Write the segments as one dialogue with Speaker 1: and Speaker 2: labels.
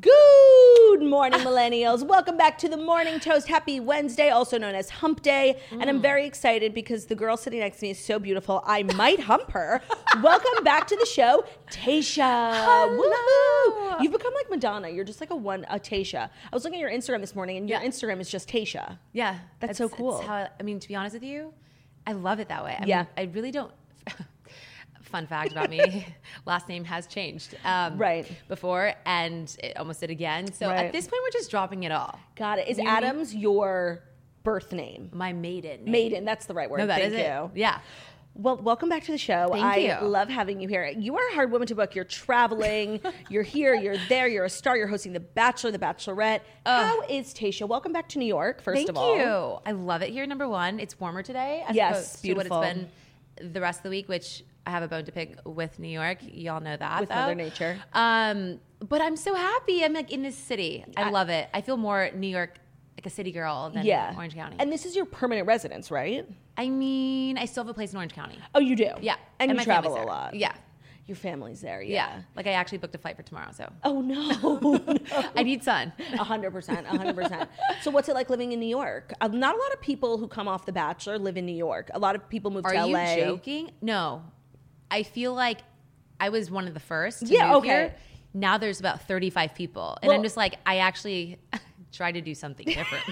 Speaker 1: Good morning,
Speaker 2: Ah.
Speaker 1: millennials. Welcome back to the Morning Toast. Happy Wednesday, also known as Hump Day. And
Speaker 2: Mm.
Speaker 1: I'm very excited because the girl sitting next to me is so beautiful. I might hump her. Welcome back to the show, Tasha. Woo! You've become like Madonna. You're just like a one, a Tasha. I was looking at your Instagram this morning, and your
Speaker 2: Yeah.
Speaker 1: Instagram is just Tasha.
Speaker 2: Yeah,
Speaker 1: That's so cool.
Speaker 2: how I, I mean, to be honest with you, I love it that way. I mean,
Speaker 1: Yeah.
Speaker 2: I really don't. Fun fact about me: last name has changed. Um,
Speaker 1: Right.
Speaker 2: before, and it almost did again. So
Speaker 1: Right.
Speaker 2: at this point, we're just dropping it all.
Speaker 1: Got it. Is
Speaker 2: Mm-hmm.
Speaker 1: Adams your birth name?
Speaker 2: My maiden. name.
Speaker 1: Maiden. That's the right word.
Speaker 2: No, that
Speaker 1: Thank
Speaker 2: is it.
Speaker 1: you.
Speaker 2: Yeah.
Speaker 1: Well, welcome back to the show.
Speaker 2: Thank
Speaker 1: I
Speaker 2: you.
Speaker 1: love having you here. You are a hard woman to book. You're traveling, you're here, you're there, you're a star, you're hosting The Bachelor, The Bachelorette. How is Tasha? Welcome back to New York, first
Speaker 2: Oh. Thank
Speaker 1: of all.
Speaker 2: you. I love it here. Number one, it's warmer today. As
Speaker 1: Yes,
Speaker 2: opposed
Speaker 1: beautiful.
Speaker 2: To what it's been the rest of the week, which I have a bone to pick with New York. Y'all know that
Speaker 1: With
Speaker 2: though.
Speaker 1: Mother Nature.
Speaker 2: Um, but I'm so happy. I'm like in this city. I, love it. I feel more New York, like a city girl, than
Speaker 1: Yeah.
Speaker 2: Orange County.
Speaker 1: And this is your permanent residence, right?
Speaker 2: I mean, I still have a place in Orange County.
Speaker 1: Oh, you do?
Speaker 2: Yeah,
Speaker 1: And, you
Speaker 2: my
Speaker 1: travel
Speaker 2: family's
Speaker 1: a
Speaker 2: there.
Speaker 1: lot.
Speaker 2: Yeah.
Speaker 1: Your family's there,
Speaker 2: yeah,
Speaker 1: yeah.
Speaker 2: Like I actually booked a flight for tomorrow, so
Speaker 1: Oh, no.
Speaker 2: I need sun.
Speaker 1: 100%. 100%. so, what's it like living in New York? Uh, not a lot of people who come off The Bachelor live in New York. A lot of people move
Speaker 2: Are
Speaker 1: to
Speaker 2: you
Speaker 1: LA.
Speaker 2: joking? No, I feel like I was one of the first. To
Speaker 1: Yeah,
Speaker 2: move
Speaker 1: okay.
Speaker 2: Here. Now there's about 35 people, and
Speaker 1: Well-
Speaker 2: I'm just like, I actually try to do something different.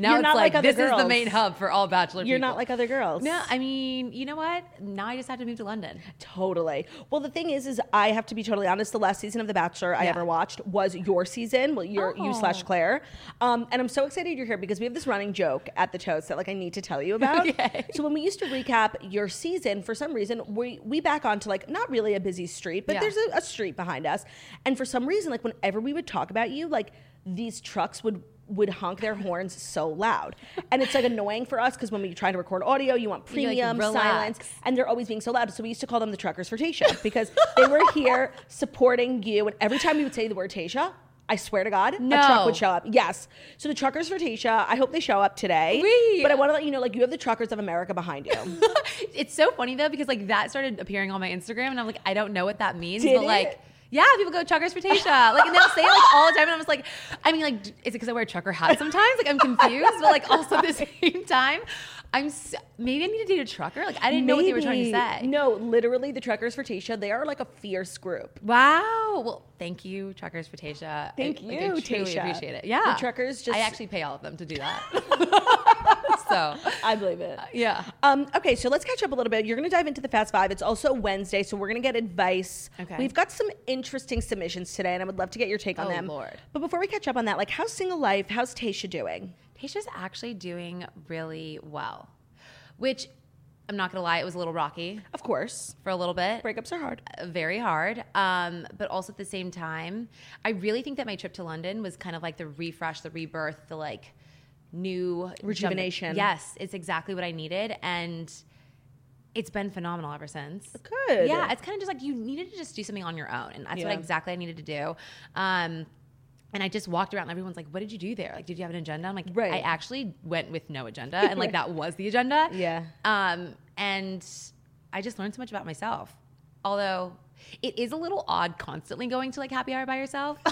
Speaker 2: now
Speaker 1: You're
Speaker 2: it's
Speaker 1: not like
Speaker 2: like,
Speaker 1: other
Speaker 2: this is
Speaker 1: girls.
Speaker 2: the main hub for all bachelor.
Speaker 1: You're
Speaker 2: people.
Speaker 1: not like other girls.
Speaker 2: No, I mean, you know what? Now I just have to move to London.
Speaker 1: Totally. Well, the thing is, is I have to be totally honest. The last season of The Bachelor I
Speaker 2: Yeah. Oh.
Speaker 1: ever watched was your season. Well, your you slash Claire. Um, and I'm so excited you're here because we have this running joke at the toast that like I need to tell you about. So when we used to recap your season, for some reason we we back onto like not really a busy street, but
Speaker 2: Yeah.
Speaker 1: there's a, a street behind us. And for some reason, like whenever we would talk about you, like these trucks would would honk their horns so loud. And it's like annoying for us because when we try to record audio, you want
Speaker 2: You're like,
Speaker 1: premium silence
Speaker 2: "Relax."
Speaker 1: and they're always being so loud. So we used to call them the truckers for Tasha because they were here supporting you. And every time we would say the word Tasha, I swear to God, a truck
Speaker 2: No.
Speaker 1: would show up. Yes. So the truckers for Tasha, I hope they show up today.
Speaker 2: Wee.
Speaker 1: But I want to let you know, like, you have the truckers of America behind you.
Speaker 2: It's so funny though because like that started appearing on my Instagram, and I'm like, I don't know what that means,
Speaker 1: Did
Speaker 2: but like.
Speaker 1: it?
Speaker 2: Yeah, people go truckers for Tasha. Like, and they'll say it, like all the time. And I'm just like, I mean, like, d- is it because I wear a trucker hat sometimes? Like, I'm confused, but like also at the same time, I'm so, maybe I need to date a trucker. Like, I didn't know what they were trying to
Speaker 1: Maybe.
Speaker 2: say.
Speaker 1: No, literally, the truckers for Tasha, they are like a fierce group.
Speaker 2: Wow. Well, thank you, truckers for Tasha.
Speaker 1: Thank
Speaker 2: I, like, I
Speaker 1: you,
Speaker 2: truly
Speaker 1: Tasha.
Speaker 2: appreciate it. Yeah,
Speaker 1: The truckers just-
Speaker 2: I actually pay all of them to do that. so,
Speaker 1: I believe it.
Speaker 2: yeah.
Speaker 1: Um, okay, so let's catch up a little bit. You're going to dive into the Fast Five. It's also Wednesday, so we're going to get advice.
Speaker 2: Okay.
Speaker 1: We've got some interesting submissions today, and I would love to get your take on
Speaker 2: Oh,
Speaker 1: them.
Speaker 2: Lord.
Speaker 1: But before we catch up on that, like, how's single life? How's Tasha doing?
Speaker 2: Tasha's actually doing really well, which I'm not gonna lie, it was a little rocky
Speaker 1: Of course,
Speaker 2: for a little bit,
Speaker 1: breakups are hard.
Speaker 2: very hard. Um, but also at the same time, I really think that my trip to London was kind of like the refresh, the rebirth, the like new jump-
Speaker 1: Rejuvenation.
Speaker 2: Yes, it's exactly what I needed, and it's been phenomenal ever since.
Speaker 1: Good.
Speaker 2: Yeah, it's kind of just like you needed to just do something on your own, and that's
Speaker 1: Yeah.
Speaker 2: what exactly I needed to do. Um, and I just walked around, and everyone's like, "What did you do there? Like, did you have an agenda?" I'm like,
Speaker 1: Right.
Speaker 2: "I actually went with no agenda, and like that was the agenda."
Speaker 1: Yeah.
Speaker 2: Um, and I just learned so much about myself. Although It is a little odd constantly going to like happy hour by yourself.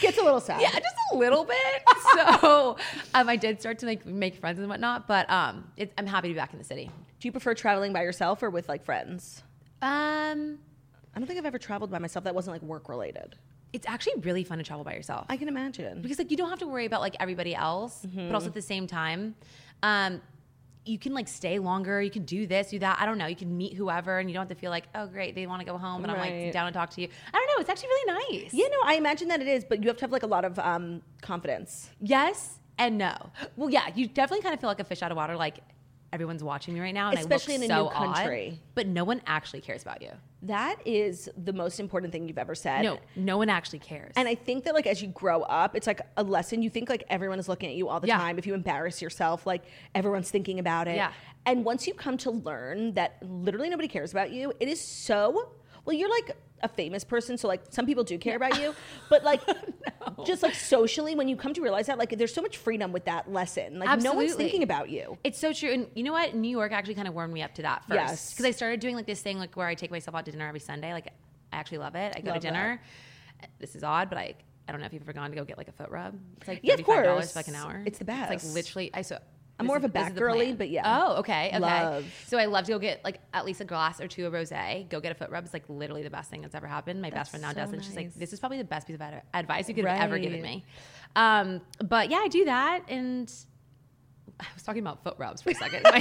Speaker 1: Gets a little sad.
Speaker 2: Yeah, just a little bit. so um, I did start to like make friends and whatnot, but um, it, I'm happy to be back in the city.
Speaker 1: Do you prefer traveling by yourself or with like friends?
Speaker 2: Um,
Speaker 1: I don't think I've ever traveled by myself that wasn't like work related.
Speaker 2: it's actually really fun to travel by yourself
Speaker 1: I can imagine.
Speaker 2: because like you don't have to worry about like everybody else, but
Speaker 1: Mm-hmm.
Speaker 2: also at the same time, um, you can like stay longer. You can do this, do that. I don't know. You can meet whoever, and you don't have to feel like oh great they want to go home, and I'm
Speaker 1: Right.
Speaker 2: like down to talk to you. I don't know. It's actually really nice.
Speaker 1: Yeah, no, I imagine that it is, but you have to have like a lot of um, confidence.
Speaker 2: Yes and no. Well, yeah, you definitely kind of feel like a fish out of water. Like everyone's watching me right now, and
Speaker 1: Especially
Speaker 2: I
Speaker 1: in
Speaker 2: look
Speaker 1: a
Speaker 2: so
Speaker 1: new
Speaker 2: odd,
Speaker 1: country.
Speaker 2: but no one actually cares about you.
Speaker 1: That is the most important thing you've ever said.
Speaker 2: No, no one actually cares.
Speaker 1: And I think that like as you grow up, it's like a lesson. You think like everyone is looking at you all the
Speaker 2: Yeah.
Speaker 1: time. If you embarrass yourself, like everyone's thinking about it.
Speaker 2: Yeah.
Speaker 1: And once you come to learn that literally nobody cares about you, it is so well, you're like a famous person, so like some people do care about you. But like just like socially, when you come to realize that, like there's so much freedom with that lesson. Like no one's
Speaker 2: Absolutely.
Speaker 1: thinking about you.
Speaker 2: It's so true. And you know what? New York actually kind of warmed me up to that first.
Speaker 1: Yes.
Speaker 2: Because I started doing like this thing like where I take myself out to dinner every Sunday. Like I actually love it. I go
Speaker 1: Love
Speaker 2: to dinner. This is odd, but I I don't know if you've ever gone to go get like a foot rub. It's like
Speaker 1: Yeah, of course.
Speaker 2: for like an hour.
Speaker 1: It's the
Speaker 2: It's
Speaker 1: best.
Speaker 2: like literally I so
Speaker 1: I'm
Speaker 2: this
Speaker 1: more
Speaker 2: is-
Speaker 1: of a
Speaker 2: this is
Speaker 1: back
Speaker 2: the
Speaker 1: girly,
Speaker 2: plan.
Speaker 1: but yeah.
Speaker 2: Oh, okay. Okay.
Speaker 1: Love.
Speaker 2: So I love to go get like at least a glass or two of rosé. Go get a foot rub. It's like literally the best thing that's ever happened. My best friend now does it. and She's like, "This is probably the best piece of ad- advice you could have ever given
Speaker 1: Right.
Speaker 2: me." Um, but yeah, I do that, and I was talking about foot rubs for a second. I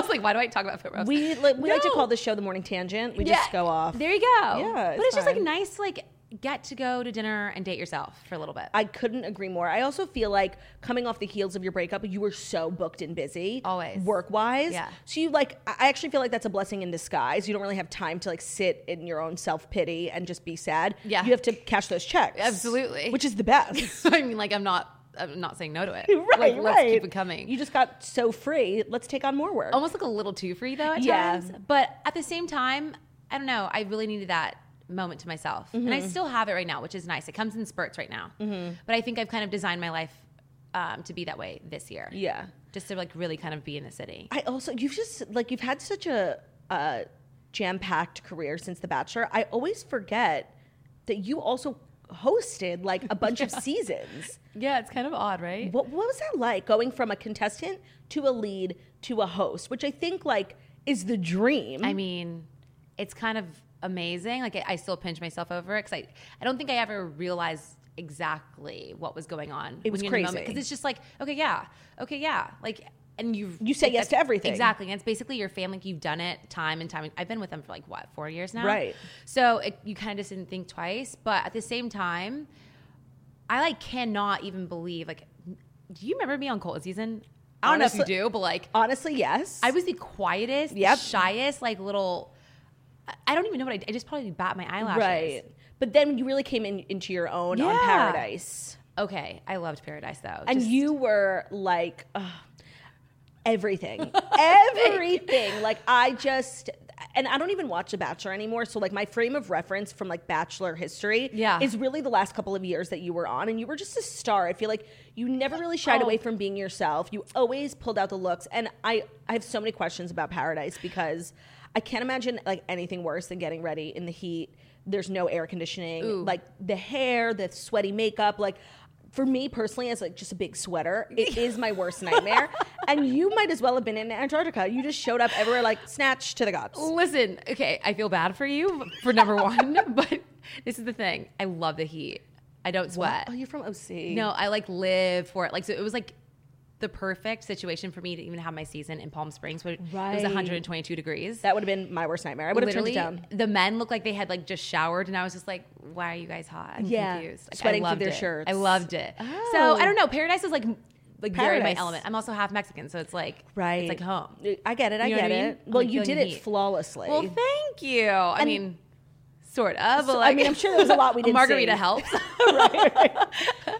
Speaker 2: was like, "Why do I talk about foot rubs?"
Speaker 1: We like we like to
Speaker 2: Uh, No.
Speaker 1: call the show the morning tangent. We just
Speaker 2: Yeah,
Speaker 1: go off.
Speaker 2: There you go.
Speaker 1: Yeah, it's
Speaker 2: but it's just like
Speaker 1: fine.
Speaker 2: nice, to, like get to go to dinner and date yourself for a little bit.
Speaker 1: I couldn't agree more. I also feel like coming off the heels of your breakup, you were so booked and busy,
Speaker 2: Always.
Speaker 1: work wise.
Speaker 2: Yeah.
Speaker 1: So you like, I I actually feel like that's a blessing in disguise. You don't really have time to like sit in your own self pity and just be sad.
Speaker 2: Yeah.
Speaker 1: You have to cash those checks.
Speaker 2: Absolutely.
Speaker 1: Which is the best.
Speaker 2: so I mean, like I'm not, I'm not saying no to it.
Speaker 1: right.
Speaker 2: like, Let's
Speaker 1: right.
Speaker 2: keep it coming. Oh
Speaker 1: You just got so free. Let's take on more work.
Speaker 2: almost like a little too free though at
Speaker 1: Yeah.
Speaker 2: times. But at the same time, I don't know. I really needed that moment to myself, and I still have it right now, which is nice. It comes in spurts right now, but I think I've kind of designed my life um, to be that way this year.
Speaker 1: Yeah.
Speaker 2: just to like really kind of be in the city.
Speaker 1: I also you've just like you've had such a uh, jam packed career since The Bachelor. I always forget that you also hosted like a bunch of seasons.
Speaker 2: Yeah, it's kind of odd, right?
Speaker 1: What, what was that like going from a contestant to a lead to a host, which I think like is the dream.
Speaker 2: I mean, it's kind of amazing. Like I, I still pinch myself over it because I, I don't think I ever realized exactly what was going on.
Speaker 1: It was crazy.
Speaker 2: because it's just like okay, yeah, okay, yeah, like. And you
Speaker 1: You say
Speaker 2: like,
Speaker 1: yes to everything.
Speaker 2: exactly. And it's basically your family. You've done it time and time. I've been with them for like what four years now,
Speaker 1: Right.
Speaker 2: So it, you kind of just didn't think twice. But at the same time, I like cannot even believe. Like, do you remember me on Cold Season? I don't know if
Speaker 1: Honestly-
Speaker 2: you do, but like
Speaker 1: Honestly, yes.
Speaker 2: I was the quietest,
Speaker 1: Yep.
Speaker 2: shyest, like little. I- I don't even know what I did. I just probably bat my eyelashes.
Speaker 1: right, but then you really came in into your own on
Speaker 2: Yeah.
Speaker 1: Paradise,
Speaker 2: Okay. I loved Paradise though.
Speaker 1: and
Speaker 2: Just-
Speaker 1: you were like ugh, everything, everything. Like I just. And I don't even watch The Bachelor anymore. So, like, my frame of reference from like Bachelor history
Speaker 2: Yeah.
Speaker 1: is really the last couple of years that you were on. And you were just a star. I feel like you never really shied
Speaker 2: Oh.
Speaker 1: away from being yourself. You always pulled out the looks. And I, I have so many questions about Paradise because I can't imagine like anything worse than getting ready in the heat. There's no air conditioning. Like the hair, the sweaty makeup, like for me personally, as like just a big sweater, it is my worst nightmare. and you might as well have been in Antarctica. You just showed up everywhere like snatch to the gods.
Speaker 2: Listen, okay, I feel bad for you for number one, but this is the thing. I love the heat. I don't sweat.
Speaker 1: Oh, you're from OC.
Speaker 2: No, I like live for it. Like so it was like the perfect situation for me to even have my season in Palm Springs where it
Speaker 1: Right.
Speaker 2: was 122 degrees.
Speaker 1: That would have been my worst nightmare. I would have turned it
Speaker 2: Literally,
Speaker 1: down.
Speaker 2: the men looked like they had like just showered, and I was just like, "Why are you guys hot?" I'm
Speaker 1: Yeah.
Speaker 2: confused. Like,
Speaker 1: Sweating
Speaker 2: I
Speaker 1: through
Speaker 2: loved
Speaker 1: their
Speaker 2: it.
Speaker 1: shirts.
Speaker 2: I loved it.
Speaker 1: Oh.
Speaker 2: So I don't know. Paradise is like like very my
Speaker 1: Paradise.
Speaker 2: element. I'm also half Mexican, so it's like
Speaker 1: Right.
Speaker 2: It's like home.
Speaker 1: I get it. I
Speaker 2: You know
Speaker 1: get
Speaker 2: what I mean?
Speaker 1: it.
Speaker 2: I'm,
Speaker 1: Well,
Speaker 2: like,
Speaker 1: you
Speaker 2: feeling
Speaker 1: did
Speaker 2: the
Speaker 1: it
Speaker 2: heat.
Speaker 1: flawlessly.
Speaker 2: Well, thank you. I mean, sort of. But
Speaker 1: So,
Speaker 2: like,
Speaker 1: I mean, I'm sure there was a lot we
Speaker 2: a
Speaker 1: didn't
Speaker 2: margarita
Speaker 1: see.
Speaker 2: helps.
Speaker 1: right, right.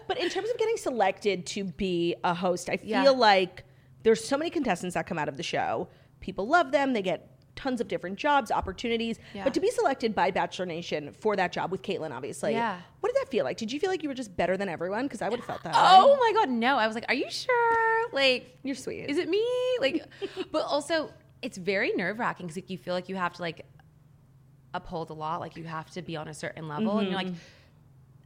Speaker 1: But in terms of getting selected to be a host, I feel
Speaker 2: Yeah.
Speaker 1: like there's so many contestants that come out of the show. People love them. They get tons of different jobs, opportunities.
Speaker 2: Yeah.
Speaker 1: But to be selected by Bachelor Nation for that job with Caitlyn, obviously,
Speaker 2: Yeah.
Speaker 1: what did that feel like? Did you feel like you were just better than everyone? Because I would have felt that. way.
Speaker 2: oh my god, no! I was like, "Are you sure?" Like,
Speaker 1: You're sweet.
Speaker 2: Is it me? Like, but also, it's very nerve wracking because like, you feel like you have to like uphold the law. Like you have to be on a certain level, and you're like,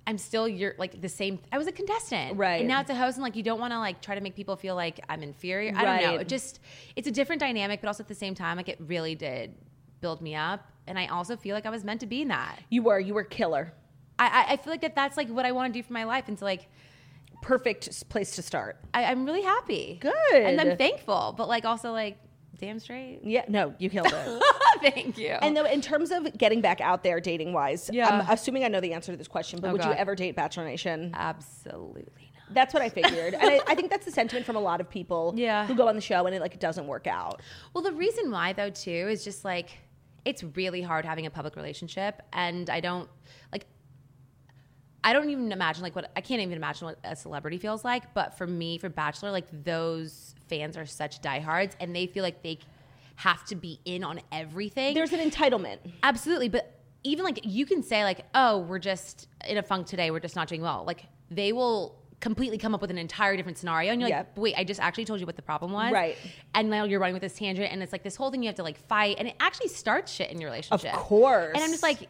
Speaker 2: I'm still you're like the same. I was a contestant,
Speaker 1: Mm-hmm. Right.
Speaker 2: And now it's a host, and like you don't want to like try to make people feel like I'm inferior. I don't know.
Speaker 1: Right.
Speaker 2: It just it's a different dynamic, but also at the same time, like it really did build me up, and I also feel like I was meant to be in that.
Speaker 1: You were, you were killer.
Speaker 2: I I, I feel like that that's like what I want to do for my life, and so like
Speaker 1: Perfect s- place to start.
Speaker 2: I, I'm really happy,
Speaker 1: Good.
Speaker 2: and I'm thankful, but like also like damn straight.
Speaker 1: Yeah, no, you killed it.
Speaker 2: Thank you.
Speaker 1: and though, in terms of getting back out there dating wise,
Speaker 2: Oh. Yeah. Oh,
Speaker 1: I'm assuming I know the answer to this question, but would you
Speaker 2: God. Uh,
Speaker 1: ever date Bachelor Nation?
Speaker 2: Absolutely not.
Speaker 1: That's what I figured. and I, I think that's the sentiment from a lot of people
Speaker 2: Yeah.
Speaker 1: who go on the show and it like doesn't work out.
Speaker 2: Well, the reason why though too is just like it's really hard having a public relationship, and I don't like. I don't even imagine like what I can't even imagine what a celebrity feels like. But for me, for Bachelor, like those fans are such diehards, and they feel like they have to be in on everything.
Speaker 1: There's an entitlement.
Speaker 2: Absolutely, but even like you can say like, "Oh, we're just in a funk today. We're just not doing well." Like they will completely come up with an entire different scenario, and you're
Speaker 1: Yep.
Speaker 2: like, "Wait, I just actually told you what the problem was."
Speaker 1: Right.
Speaker 2: And now you're running with this tangent, and it's like this whole thing you have to like fight, and it actually starts shit in your relationship.
Speaker 1: course.
Speaker 2: And I'm just like,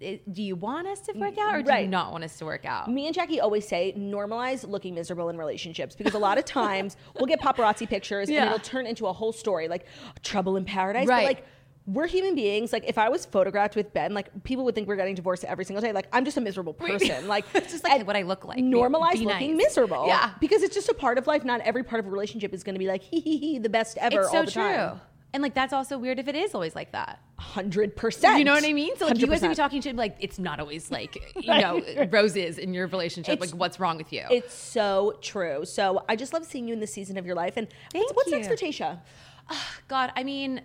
Speaker 2: i- "Do you want us to work out, or do
Speaker 1: Right.
Speaker 2: you not want us to work out?"
Speaker 1: Me and Jackie always say normalize looking miserable in relationships because a lot of times we'll get paparazzi pictures
Speaker 2: Yeah.
Speaker 1: and it'll turn into a whole story like trouble in paradise. But
Speaker 2: Right.
Speaker 1: like we're human beings. Like if I was photographed with Ben, like people would think we're getting divorced every single day. Like I'm just a miserable person. Like
Speaker 2: It's just like
Speaker 1: and
Speaker 2: what I look like. Be-
Speaker 1: Normalize
Speaker 2: be
Speaker 1: looking
Speaker 2: nice.
Speaker 1: miserable.
Speaker 2: Yeah.
Speaker 1: Because it's just a part of life. Not every part of a relationship is going to be like hee hee hee the best ever.
Speaker 2: It's so
Speaker 1: all the
Speaker 2: true.
Speaker 1: Time.
Speaker 2: And like that's also weird if it is always like that.
Speaker 1: Hundred percent.
Speaker 2: You know what I mean? So like you guys would be
Speaker 1: 100%.
Speaker 2: talking to like it's not always like you
Speaker 1: Right.
Speaker 2: know roses in your relationship.
Speaker 1: It's-
Speaker 2: like what's wrong with you?
Speaker 1: It's so true. So I just love seeing you in this season of your life. And what's,
Speaker 2: Thank
Speaker 1: what's next for
Speaker 2: you.
Speaker 1: Tasha?
Speaker 2: God, I mean,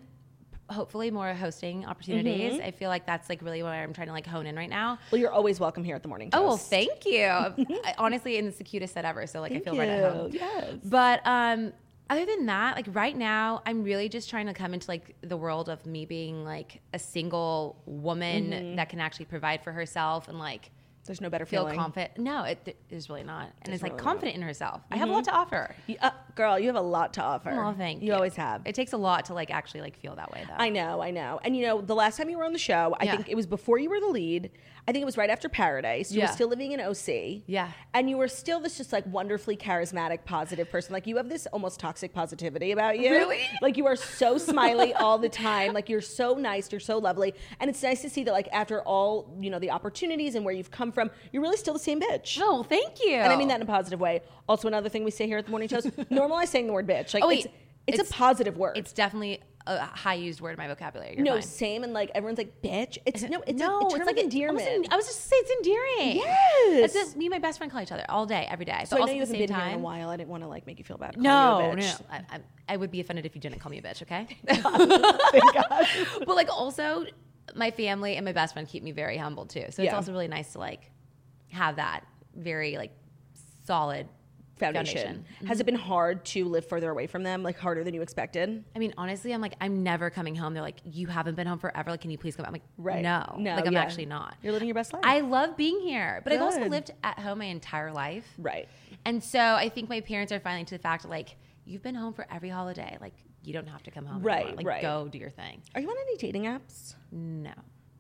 Speaker 2: hopefully more hosting opportunities.
Speaker 1: Mm-hmm.
Speaker 2: I feel like that's like really what I'm trying to like hone in right now.
Speaker 1: Well, you're always welcome here at the morning.
Speaker 2: Oh well,
Speaker 1: Toast.
Speaker 2: thank you. I- honestly, and it's the cutest set ever. So like I feel right at home.
Speaker 1: you. Yes.
Speaker 2: But um, other than that, like right now, I'm really just trying to come into like the world of me being like a single woman
Speaker 1: Mm-hmm.
Speaker 2: that can actually provide for herself and like
Speaker 1: There's no better
Speaker 2: feel
Speaker 1: feeling.
Speaker 2: confident. No, it th- is really not. And it's, like
Speaker 1: really Mm-hmm.
Speaker 2: confident in herself. I have a lot to offer.
Speaker 1: You- uh, girl, you have a lot to offer.
Speaker 2: Oh, thank you.
Speaker 1: You always have.
Speaker 2: It takes a lot to like actually like feel that way though.
Speaker 1: I know, I know. And you know, the last time you were on the show, I
Speaker 2: Yeah.
Speaker 1: think it was before you were the lead. I think it was right after Paradise. You
Speaker 2: Yeah.
Speaker 1: were still living in OC.
Speaker 2: Yeah.
Speaker 1: And you were still this just like wonderfully charismatic, positive person. Like you have this almost toxic positivity about you.
Speaker 2: Really?
Speaker 1: Like you are so smiley all the time. Like you're so nice. You're so lovely. And it's nice to see that like after all, you know, the opportunities and where you've come from, you're really still the same bitch.
Speaker 2: oh, well, thank you.
Speaker 1: And I mean that in a positive way. Also, another thing we say here at the Morning Toast: normalize saying the word bitch. Like,
Speaker 2: Oh, wait.
Speaker 1: it's, it's,
Speaker 2: It's-
Speaker 1: a positive word.
Speaker 2: It's definitely a high used word in my vocabulary. You're
Speaker 1: no
Speaker 2: fine.
Speaker 1: same, and like everyone's like bitch. It's no, it's
Speaker 2: no,
Speaker 1: a, a term
Speaker 2: it's like
Speaker 1: of
Speaker 2: an-
Speaker 1: endearment.
Speaker 2: I was, I was just saying it's endearing.
Speaker 1: Yes.
Speaker 2: That's what me and my best friend call each other all day, every day. But
Speaker 1: so I
Speaker 2: also
Speaker 1: know you
Speaker 2: at the
Speaker 1: haven't
Speaker 2: same
Speaker 1: been
Speaker 2: time,
Speaker 1: here in a while. I didn't want to like make you feel bad.
Speaker 2: No,
Speaker 1: calling you a
Speaker 2: no,
Speaker 1: bitch.
Speaker 2: I, I, I would be offended if you didn't call me a bitch. Okay. but like also, my family and my best friend keep me very humble too. So it's
Speaker 1: Yeah.
Speaker 2: also really nice to like have that very like solid
Speaker 1: Foundation.
Speaker 2: foundation. Mm-hmm.
Speaker 1: Has it been hard to live further away from them? Like harder than you expected?
Speaker 2: I mean, honestly, I'm like, I'm never coming home. They're like, you haven't been home forever. Like, can you please come? I'm like,
Speaker 1: Right.
Speaker 2: no,
Speaker 1: No,
Speaker 2: like I'm
Speaker 1: yeah.
Speaker 2: actually not.
Speaker 1: You're living your best life.
Speaker 2: I love being here, but I've also
Speaker 1: Good.
Speaker 2: lived at home my entire life.
Speaker 1: Right.
Speaker 2: And so I think my parents are finally to the fact like, you've been home for every holiday. Like, you don't have to come home.
Speaker 1: Right,
Speaker 2: Anymore. Like,
Speaker 1: right.
Speaker 2: go do your thing.
Speaker 1: Are you on any dating apps?
Speaker 2: No.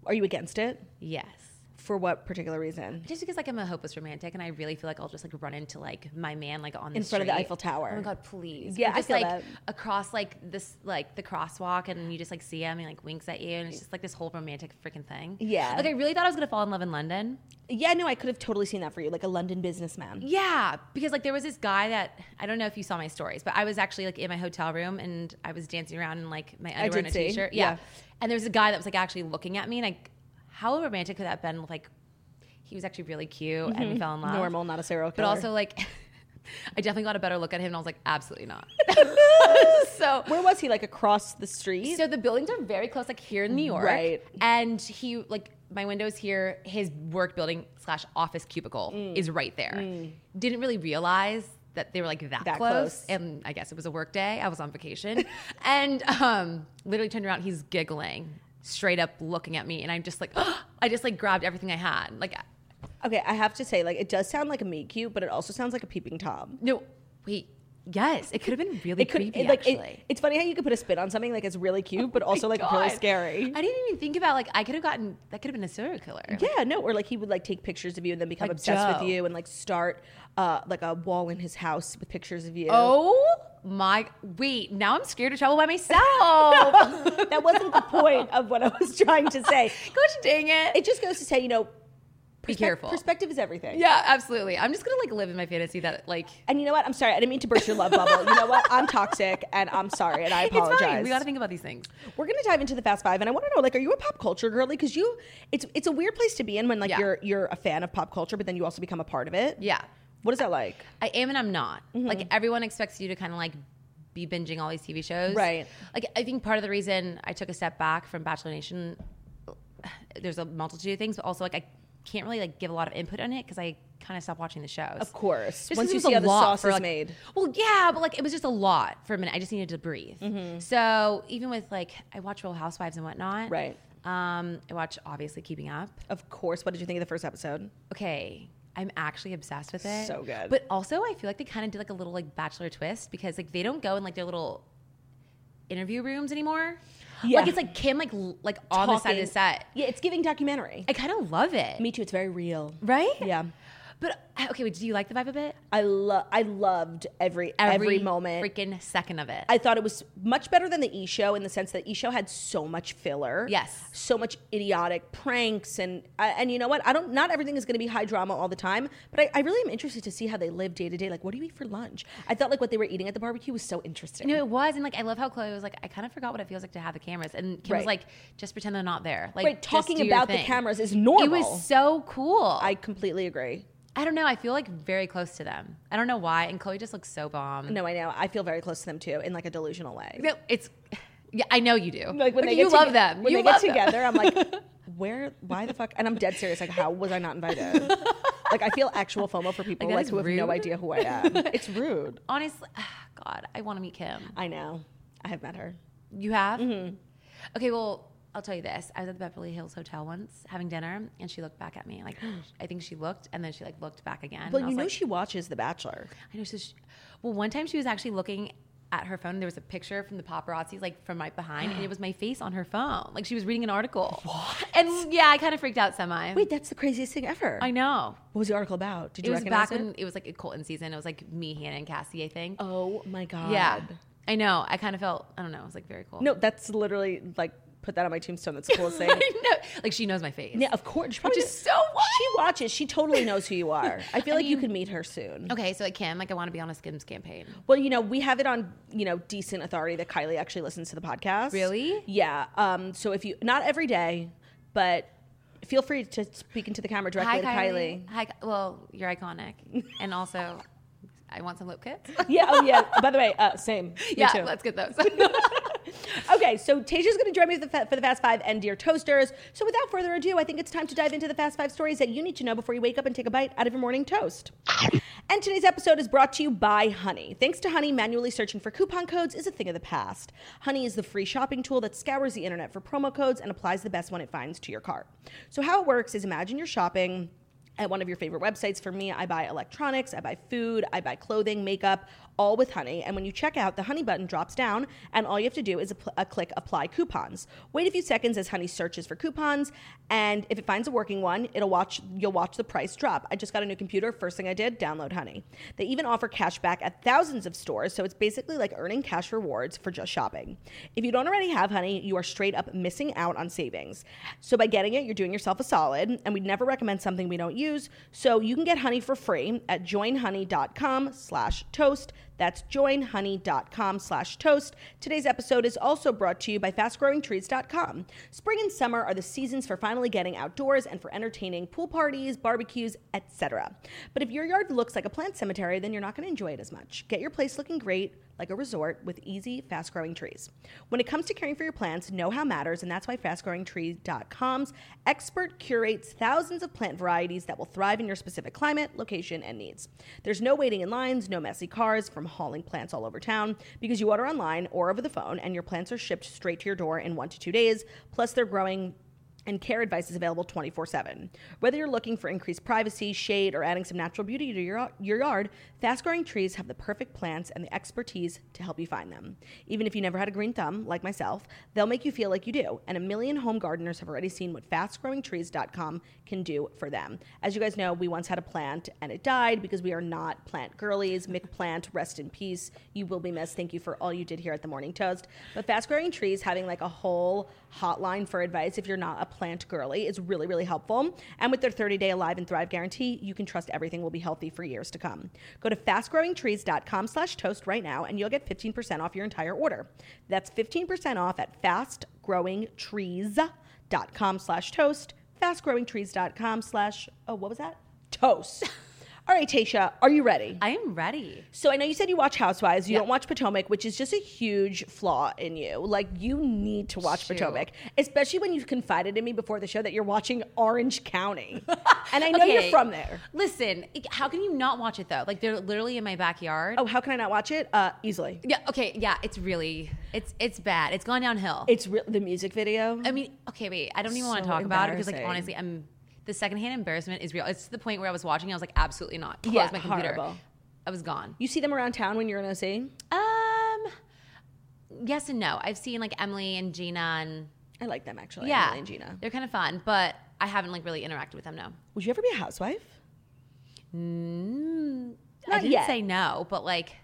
Speaker 1: Are you against it?
Speaker 2: Yes.
Speaker 1: For what particular reason?
Speaker 2: Just because like I'm a hopeless romantic and I really feel like I'll just like run into like my man like on the
Speaker 1: In front of the
Speaker 2: street.
Speaker 1: Eiffel Tower.
Speaker 2: Oh my god, please.
Speaker 1: Yeah,
Speaker 2: Or
Speaker 1: I
Speaker 2: just
Speaker 1: feel
Speaker 2: like
Speaker 1: that.
Speaker 2: across like this like the crosswalk and you just like see him and like winks at you and it's just like this whole romantic freaking thing.
Speaker 1: Yeah.
Speaker 2: Like I really thought I was gonna fall in love in London.
Speaker 1: Yeah, no, I could have totally seen that for you, like a London businessman.
Speaker 2: Yeah, because like there was this guy that I don't know if you saw my stories, but I was actually like in my hotel room and I was dancing around in like my underwear
Speaker 1: did
Speaker 2: and a
Speaker 1: see,
Speaker 2: t-shirt.
Speaker 1: yeah.
Speaker 2: Yeah. and there was a guy that was like actually looking at me, and like how romantic could that have been? Like he was actually really cute, and we fell in love.
Speaker 1: Mm-hmm. Normal, not a serial
Speaker 2: but
Speaker 1: killer.
Speaker 2: also like I definitely got a better look at him, and I was like, absolutely not. so
Speaker 1: where was he? Like across the street?
Speaker 2: so the buildings are very close, like here in New York.
Speaker 1: Right.
Speaker 2: And he like my window's here. His work building slash office cubicle
Speaker 1: Mm.
Speaker 2: is right there. Didn't really realize that they were like that,
Speaker 1: That
Speaker 2: close.
Speaker 1: close.
Speaker 2: And I guess it was a work day. I was on vacation. and um literally turned around, he's giggling, straight up looking at me, and I'm just like, I just like grabbed everything I had. Like
Speaker 1: Okay, I have to say, like, it does sound like a meet cute, but it also sounds like a peeping tom.
Speaker 2: no, wait. Yes, it could have been really
Speaker 1: It could
Speaker 2: creepy.
Speaker 1: it, like it-
Speaker 2: actually, Oh
Speaker 1: it's funny how you could put a spin on something like it's really cute, but also like really
Speaker 2: God.
Speaker 1: scary.
Speaker 2: I didn't even think about like I could have gotten that could have been a serial killer.
Speaker 1: Yeah, no, or like he would like take pictures of you and then become
Speaker 2: Like
Speaker 1: obsessed
Speaker 2: Joe.
Speaker 1: with you and like start uh, like a wall in his house with pictures of you.
Speaker 2: Oh my! Wait, now I'm scared to travel by myself.
Speaker 1: that wasn't the point of what I was trying to say.
Speaker 2: Gosh dang it!
Speaker 1: It just goes to say, you know,
Speaker 2: Be
Speaker 1: perspec-
Speaker 2: careful.
Speaker 1: Perspective is everything.
Speaker 2: yeah, absolutely. I'm just gonna like live in my fantasy that like
Speaker 1: And you know what? I'm sorry. I didn't mean to burst your love bubble. You know what? I'm toxic, and I'm sorry, and I apologize.
Speaker 2: It's fine. We got to think about these things.
Speaker 1: We're gonna dive into the fast five, and I want to know, like, are you a pop culture girly? Because you, it's it's a weird place to be in when like
Speaker 2: Yeah.
Speaker 1: you're you're a fan of pop culture, but then you also become a part of it.
Speaker 2: Yeah.
Speaker 1: What is that like?
Speaker 2: I am and I'm not. Like everyone expects you to kind of like be binging all these TV shows.
Speaker 1: Right.
Speaker 2: Like I think part of the reason I took a step back from Bachelor Nation, there's a multitude of things, but also like I can't really like give a lot of input on it because I kind of stopped watching the shows.
Speaker 1: Of course.
Speaker 2: Just 'cause
Speaker 1: Once
Speaker 2: it
Speaker 1: you
Speaker 2: was
Speaker 1: see
Speaker 2: a
Speaker 1: how the
Speaker 2: lot
Speaker 1: sauce
Speaker 2: for,
Speaker 1: is
Speaker 2: like-
Speaker 1: made.
Speaker 2: Well, yeah, but like it was just a lot for a minute. I just needed to breathe.
Speaker 1: Mm-hmm.
Speaker 2: So even with like I watch Real Housewives and whatnot.
Speaker 1: Right.
Speaker 2: Um, I watch obviously Keeping Up.
Speaker 1: Of course. What did you think of the first episode?
Speaker 2: okay i'm actually obsessed with it
Speaker 1: So good.
Speaker 2: but also i feel like they kind of did like a little like bachelor twist because like they don't go in like their little interview rooms anymore
Speaker 1: Yeah.
Speaker 2: like it's like kim like l- like on the side of
Speaker 1: Talking-
Speaker 2: the set
Speaker 1: Yeah, it's giving documentary.
Speaker 2: i kind of love it
Speaker 1: Me too. It's very real.
Speaker 2: right
Speaker 1: Yeah.
Speaker 2: but uh, okay wait, do you like the vibe of it
Speaker 1: I love. I loved every every, moment.
Speaker 2: freaking second of it
Speaker 1: I thought it was much better than the E show in the sense that E show had so much filler.
Speaker 2: Yes.
Speaker 1: So much idiotic pranks and I- and you know what? I don't not everything is going to be high drama all the time, but I, I really am interested to see how they live day to day. Like, what do you eat for lunch? I felt like what they were eating at the barbecue was so interesting.
Speaker 2: no, it was, and like I love how Chloe was like, I kind of forgot what it feels like to have the cameras, and Kim
Speaker 1: Right.
Speaker 2: was like, just pretend they're not there. Like,
Speaker 1: Right,
Speaker 2: just
Speaker 1: talking
Speaker 2: do your
Speaker 1: about the
Speaker 2: thing.
Speaker 1: cameras is
Speaker 2: It
Speaker 1: normal.
Speaker 2: was so cool.
Speaker 1: I completely agree.
Speaker 2: I don't know. I feel like very close to them. I don't know why. And Chloe just looks so bomb.
Speaker 1: No, I know. I feel very close to them too, in like a delusional way.
Speaker 2: No, it's. Yeah, I know you do.
Speaker 1: Like when they
Speaker 2: you
Speaker 1: get
Speaker 2: love
Speaker 1: toge-
Speaker 2: them.
Speaker 1: When
Speaker 2: you
Speaker 1: they get
Speaker 2: love them.
Speaker 1: together, I'm like, where? Why the fuck? And I'm dead serious. Like, how was I not invited? like, I feel actual FOMO for people
Speaker 2: Like, that
Speaker 1: like,
Speaker 2: is
Speaker 1: who have
Speaker 2: rude.
Speaker 1: no idea who I am. It's rude.
Speaker 2: Honestly, ah, God, I want to meet Kim.
Speaker 1: I know. I have met her.
Speaker 2: You have?
Speaker 1: Mm-hmm.
Speaker 2: Okay, well, I'll tell you this. I was at the Beverly Hills Hotel once having dinner, and she looked back at me. Like, I think she looked, and then she like looked back again.
Speaker 1: But
Speaker 2: and I
Speaker 1: you
Speaker 2: was
Speaker 1: know
Speaker 2: like,
Speaker 1: she watches The Bachelor.
Speaker 2: I know. So, she, well, one time she was actually looking at her phone. And there was a picture from the paparazzi, like from right behind, and it was my face on her phone. Like she was reading an article. What? And yeah, I kind of freaked out semi.
Speaker 1: Wait, that's the craziest thing ever.
Speaker 2: I know.
Speaker 1: what was the article about? Did
Speaker 2: It
Speaker 1: you
Speaker 2: was
Speaker 1: recognize
Speaker 2: back
Speaker 1: it?
Speaker 2: when it was like Colton season. It was like me, Hannah, and Cassie. I think.
Speaker 1: oh my god.
Speaker 2: yeah, I know. I kind of felt. I don't know. It was like very cool.
Speaker 1: No, that's literally like put that on my tombstone. That's the coolest thing.
Speaker 2: I know. Like she knows my face.
Speaker 1: Yeah, of course. She
Speaker 2: Which
Speaker 1: probably
Speaker 2: is
Speaker 1: does-
Speaker 2: so wild.
Speaker 1: She watches. She totally knows who you are. I feel like you could meet her soon.
Speaker 2: Okay, so like Kim, like I want to be on a Skims campaign.
Speaker 1: Well, you know, we have it on, you know, decent authority that Kylie actually listens to the podcast.
Speaker 2: Really?
Speaker 1: Yeah. Um, so if you not every day, but feel free to speak into the camera directly
Speaker 2: Hi,
Speaker 1: to Kylie.
Speaker 2: Kylie. Hi. Ki- Well, you're iconic, and also, I want some lip kits.
Speaker 1: Yeah, oh yeah. By the way, uh, same. Me
Speaker 2: yeah,
Speaker 1: too.
Speaker 2: let's get those.
Speaker 1: Okay, so Tasia's going to join me for the, fa- for the Fast Five and Dear Toasters. So without further ado, I think it's time to dive into the Fast Five stories that you need to know before you wake up and take a bite out of your morning toast. And today's episode is brought to you by Honey. Thanks to Honey, manually searching for coupon codes is a thing of the past. Honey is the free shopping tool that scours the internet for promo codes and applies the best one it finds to your cart. So how it works is imagine you're shopping at one of your favorite websites. For me, I buy electronics, I buy food, I buy clothing, makeup, all with Honey. And when you check out, the Honey button drops down, and all you have to do is apl- uh, click Apply Coupons. Wait a few seconds as Honey searches for coupons, and if it finds a working one, it'll watch. You'll watch the price drop. I just got a new computer. First thing I did, download Honey. They even offer cash back at thousands of stores, so it's basically like earning cash rewards for just shopping. If you don't already have Honey, you are straight up missing out on savings. So by getting it, you're doing yourself a solid, and we'd never recommend something we don't use. So you can get Honey for free at joinhoney.com slash toast. That's joinhoney.com slash toast. Today's episode is also brought to you by fastgrowingtrees.com. Spring and summer are the seasons for finally getting outdoors and for entertaining pool parties, barbecues, etc. But if your yard looks like a plant cemetery, then you're not going to enjoy it as much. Get your place looking great like a resort with easy, fast growing trees. When it comes to caring for your plants, know how matters, and that's why fastgrowingtrees.com's expert curates thousands of plant varieties that will thrive in your specific climate, location, and needs. There's no waiting in lines, no messy cars from hauling plants all over town because you order online or over the phone, and your plants are shipped straight to your door in one to two days. Plus, they're growing and care advice is available 24-7 whether you're looking for increased privacy shade or adding some natural beauty to your, your yard fast growing trees have the perfect plants and the expertise to help you find them even if you never had a green thumb like myself they'll make you feel like you do and a million home gardeners have already seen what fastgrowingtrees.com can do for them as you guys know we once had a plant and it died because we are not plant girlies mick plant rest in peace you will be missed thank you for all you did here at the morning toast but fast growing trees having like a whole hotline for advice if you're not a plant girly is really, really helpful. And with their 30 day Alive and Thrive guarantee, you can trust everything will be healthy for years to come. Go to fastgrowingtrees.com slash toast right now and you'll get 15% off your entire order. That's 15% off at fastgrowingtrees.com slash toast, fastgrowingtrees.com slash, oh, what was that? Toast. All right, Tasha, are you ready?
Speaker 2: I am ready.
Speaker 1: So I know you said you watch Housewives, you don't watch Potomac, which is just a huge flaw in you. Like you need to watch
Speaker 2: Shoot.
Speaker 1: Potomac, especially when you've confided in me before the show that you're watching Orange County, and I know
Speaker 2: Okay.
Speaker 1: you're from there.
Speaker 2: Listen, it- how can you not watch it though? Like they're literally in my backyard.
Speaker 1: Oh, how can I not watch it? Uh, easily.
Speaker 2: Yeah. Okay. Yeah. It's really. It's it's bad. It's gone downhill.
Speaker 1: It's re- the music video.
Speaker 2: I mean, okay, wait. I don't even want
Speaker 1: So
Speaker 2: to talk about it because, like,
Speaker 1: embarrassing.
Speaker 2: honestly, I'm the secondhand embarrassment is real. It's to the point where I was watching. I was like, absolutely not. Close
Speaker 1: Yeah,
Speaker 2: my computer.
Speaker 1: horrible.
Speaker 2: I was gone.
Speaker 1: you see them around town when you're in OC.
Speaker 2: Um. Yes and no. I've seen like Emily and Gina and
Speaker 1: I like them actually.
Speaker 2: yeah,
Speaker 1: Emily and Gina.
Speaker 2: They're kind of fun, but I haven't like really interacted with them. No.
Speaker 1: Would you ever be a housewife?
Speaker 2: I Mm,
Speaker 1: Not
Speaker 2: didn't
Speaker 1: yet.
Speaker 2: say no, but like,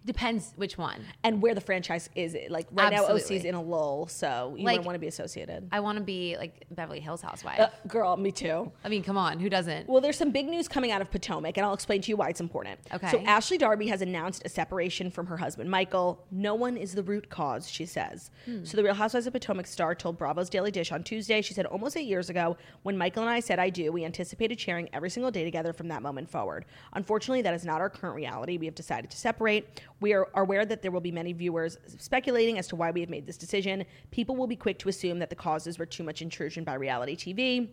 Speaker 2: it depends which one.
Speaker 1: And where the franchise is, like right now, OC's
Speaker 2: Absolutely.
Speaker 1: in a lull, so you
Speaker 2: Like-
Speaker 1: don't want to be associated.
Speaker 2: I want to be like Beverly Hills housewife.
Speaker 1: Uh, girl, me too.
Speaker 2: I mean, come on, who doesn't?
Speaker 1: Well, there's some big news coming out of Potomac, and I'll explain to you why it's important.
Speaker 2: Okay.
Speaker 1: So Ashley Darby has announced a separation from her husband Michael. No one is the root cause, she says. So the Real Housewives of Potomac star told Bravo's Daily Dish on Tuesday. She said, "Almost eight years ago, when Michael and I said I do, we anticipated sharing every single day together from that moment forward. Unfortunately, that is not our current reality. We have decided to separate. We are are aware that there will be many viewers speculating as to why we have made this decision. People will be quick to assume that the causes were too much intrusion by reality TV."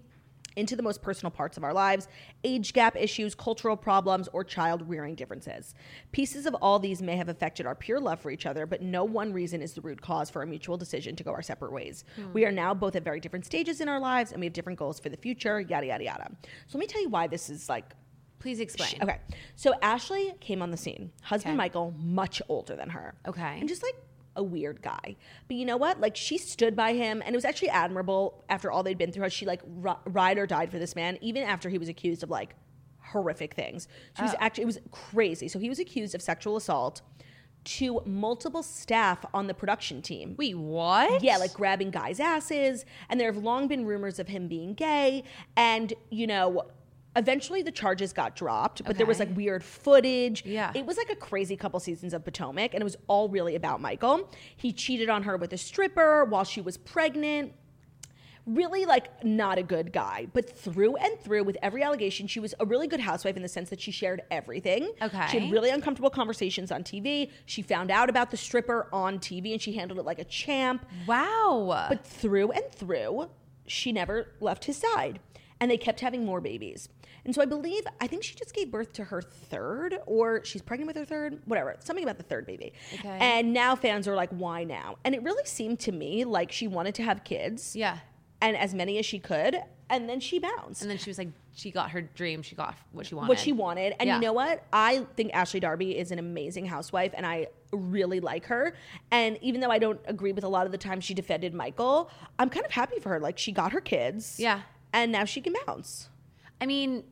Speaker 1: into the most personal parts of our lives age gap issues, cultural problems, or child rearing differences. Pieces of all these may have affected our pure love for each other, but no one reason is the root cause for our mutual decision to go our separate ways. We are now both at very different stages in our lives and we have different goals for the future, yada, yada, yada. So let me tell you why this is like
Speaker 2: Please explain.
Speaker 1: Okay. So Ashley came on the scene. Husband
Speaker 2: Okay.
Speaker 1: Michael, much older than her.
Speaker 2: Okay.
Speaker 1: And just like a weird guy. But you know what? Like she stood by him and it was actually admirable after all they'd been through. How She like ri- ride or died for this man even after he was accused of like horrific things. She
Speaker 2: Oh.
Speaker 1: was actually it was crazy. So he was accused of sexual assault to multiple staff on the production team.
Speaker 2: Wait, what?
Speaker 1: Yeah, like grabbing guys' asses. And there have long been rumors of him being gay. And, you know, eventually the charges got dropped, but there was
Speaker 2: Okay.
Speaker 1: like weird footage.
Speaker 2: Yeah.
Speaker 1: It was like a crazy couple seasons of Potomac, and it was all really about Michael. He cheated on her with a stripper while she was pregnant. Really, like, not a good guy, but through and through, with every allegation, she was a really good housewife in the sense that she shared everything. She
Speaker 2: Okay.
Speaker 1: had really uncomfortable conversations on TV. She found out about the stripper on TV and she handled it like a champ
Speaker 2: Wow.
Speaker 1: but through and through, she never left his side. And they kept having more babies. And so I believe, I think she just gave birth to her third, or she's pregnant with her third, whatever, something about the third baby.
Speaker 2: Okay.
Speaker 1: And now fans are like, why now? And it really seemed to me like she wanted to have kids
Speaker 2: yeah.
Speaker 1: and as many as she could. And then she bounced
Speaker 2: And then she was like, she got her dream. She got what she wanted.
Speaker 1: what she wanted. And
Speaker 2: Yeah.
Speaker 1: you know what? I think Ashley Darby is an amazing housewife and I really like her. And even though I don't agree with a lot of the time she defended Michael, I'm kind of happy for her. Like she got her kids.
Speaker 2: Yeah.
Speaker 1: And now she can bounce.
Speaker 2: I mean,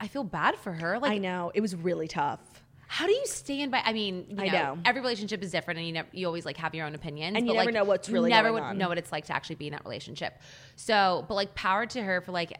Speaker 2: I feel bad for her.
Speaker 1: I
Speaker 2: Like,
Speaker 1: know. It was really tough.
Speaker 2: how do you stand by? I mean, you know,
Speaker 1: I know.
Speaker 2: every relationship is different, and you never, you always like have your own opinions,
Speaker 1: And you
Speaker 2: but,
Speaker 1: never
Speaker 2: like,
Speaker 1: know what's really
Speaker 2: you never
Speaker 1: going
Speaker 2: would
Speaker 1: on.
Speaker 2: know what it's like to actually be in that relationship. So, but like, power to her for like.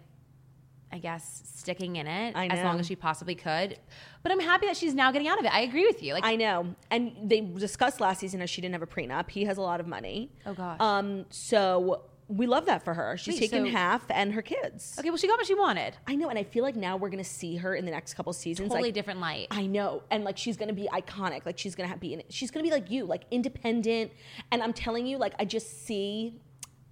Speaker 2: I guess sticking in it
Speaker 1: I
Speaker 2: as long
Speaker 1: know.
Speaker 2: as she possibly could, but I'm happy that she's now getting out of it. I agree with you. Like,
Speaker 1: I know. And they discussed last season how she didn't have a prenup. He has a lot of money.
Speaker 2: Oh, gosh.
Speaker 1: Um, so we love that for her. She's
Speaker 2: Wait,
Speaker 1: taken
Speaker 2: so-
Speaker 1: half and her kids.
Speaker 2: okay, well, she got what she wanted.
Speaker 1: I know, and I feel like now we're gonna see her in the next couple seasons.
Speaker 2: Totally
Speaker 1: like,
Speaker 2: different light.
Speaker 1: I know, and like she's gonna be iconic. Like she's gonna ha- be in. She's gonna be like you, like independent. And I'm telling you, like I just see.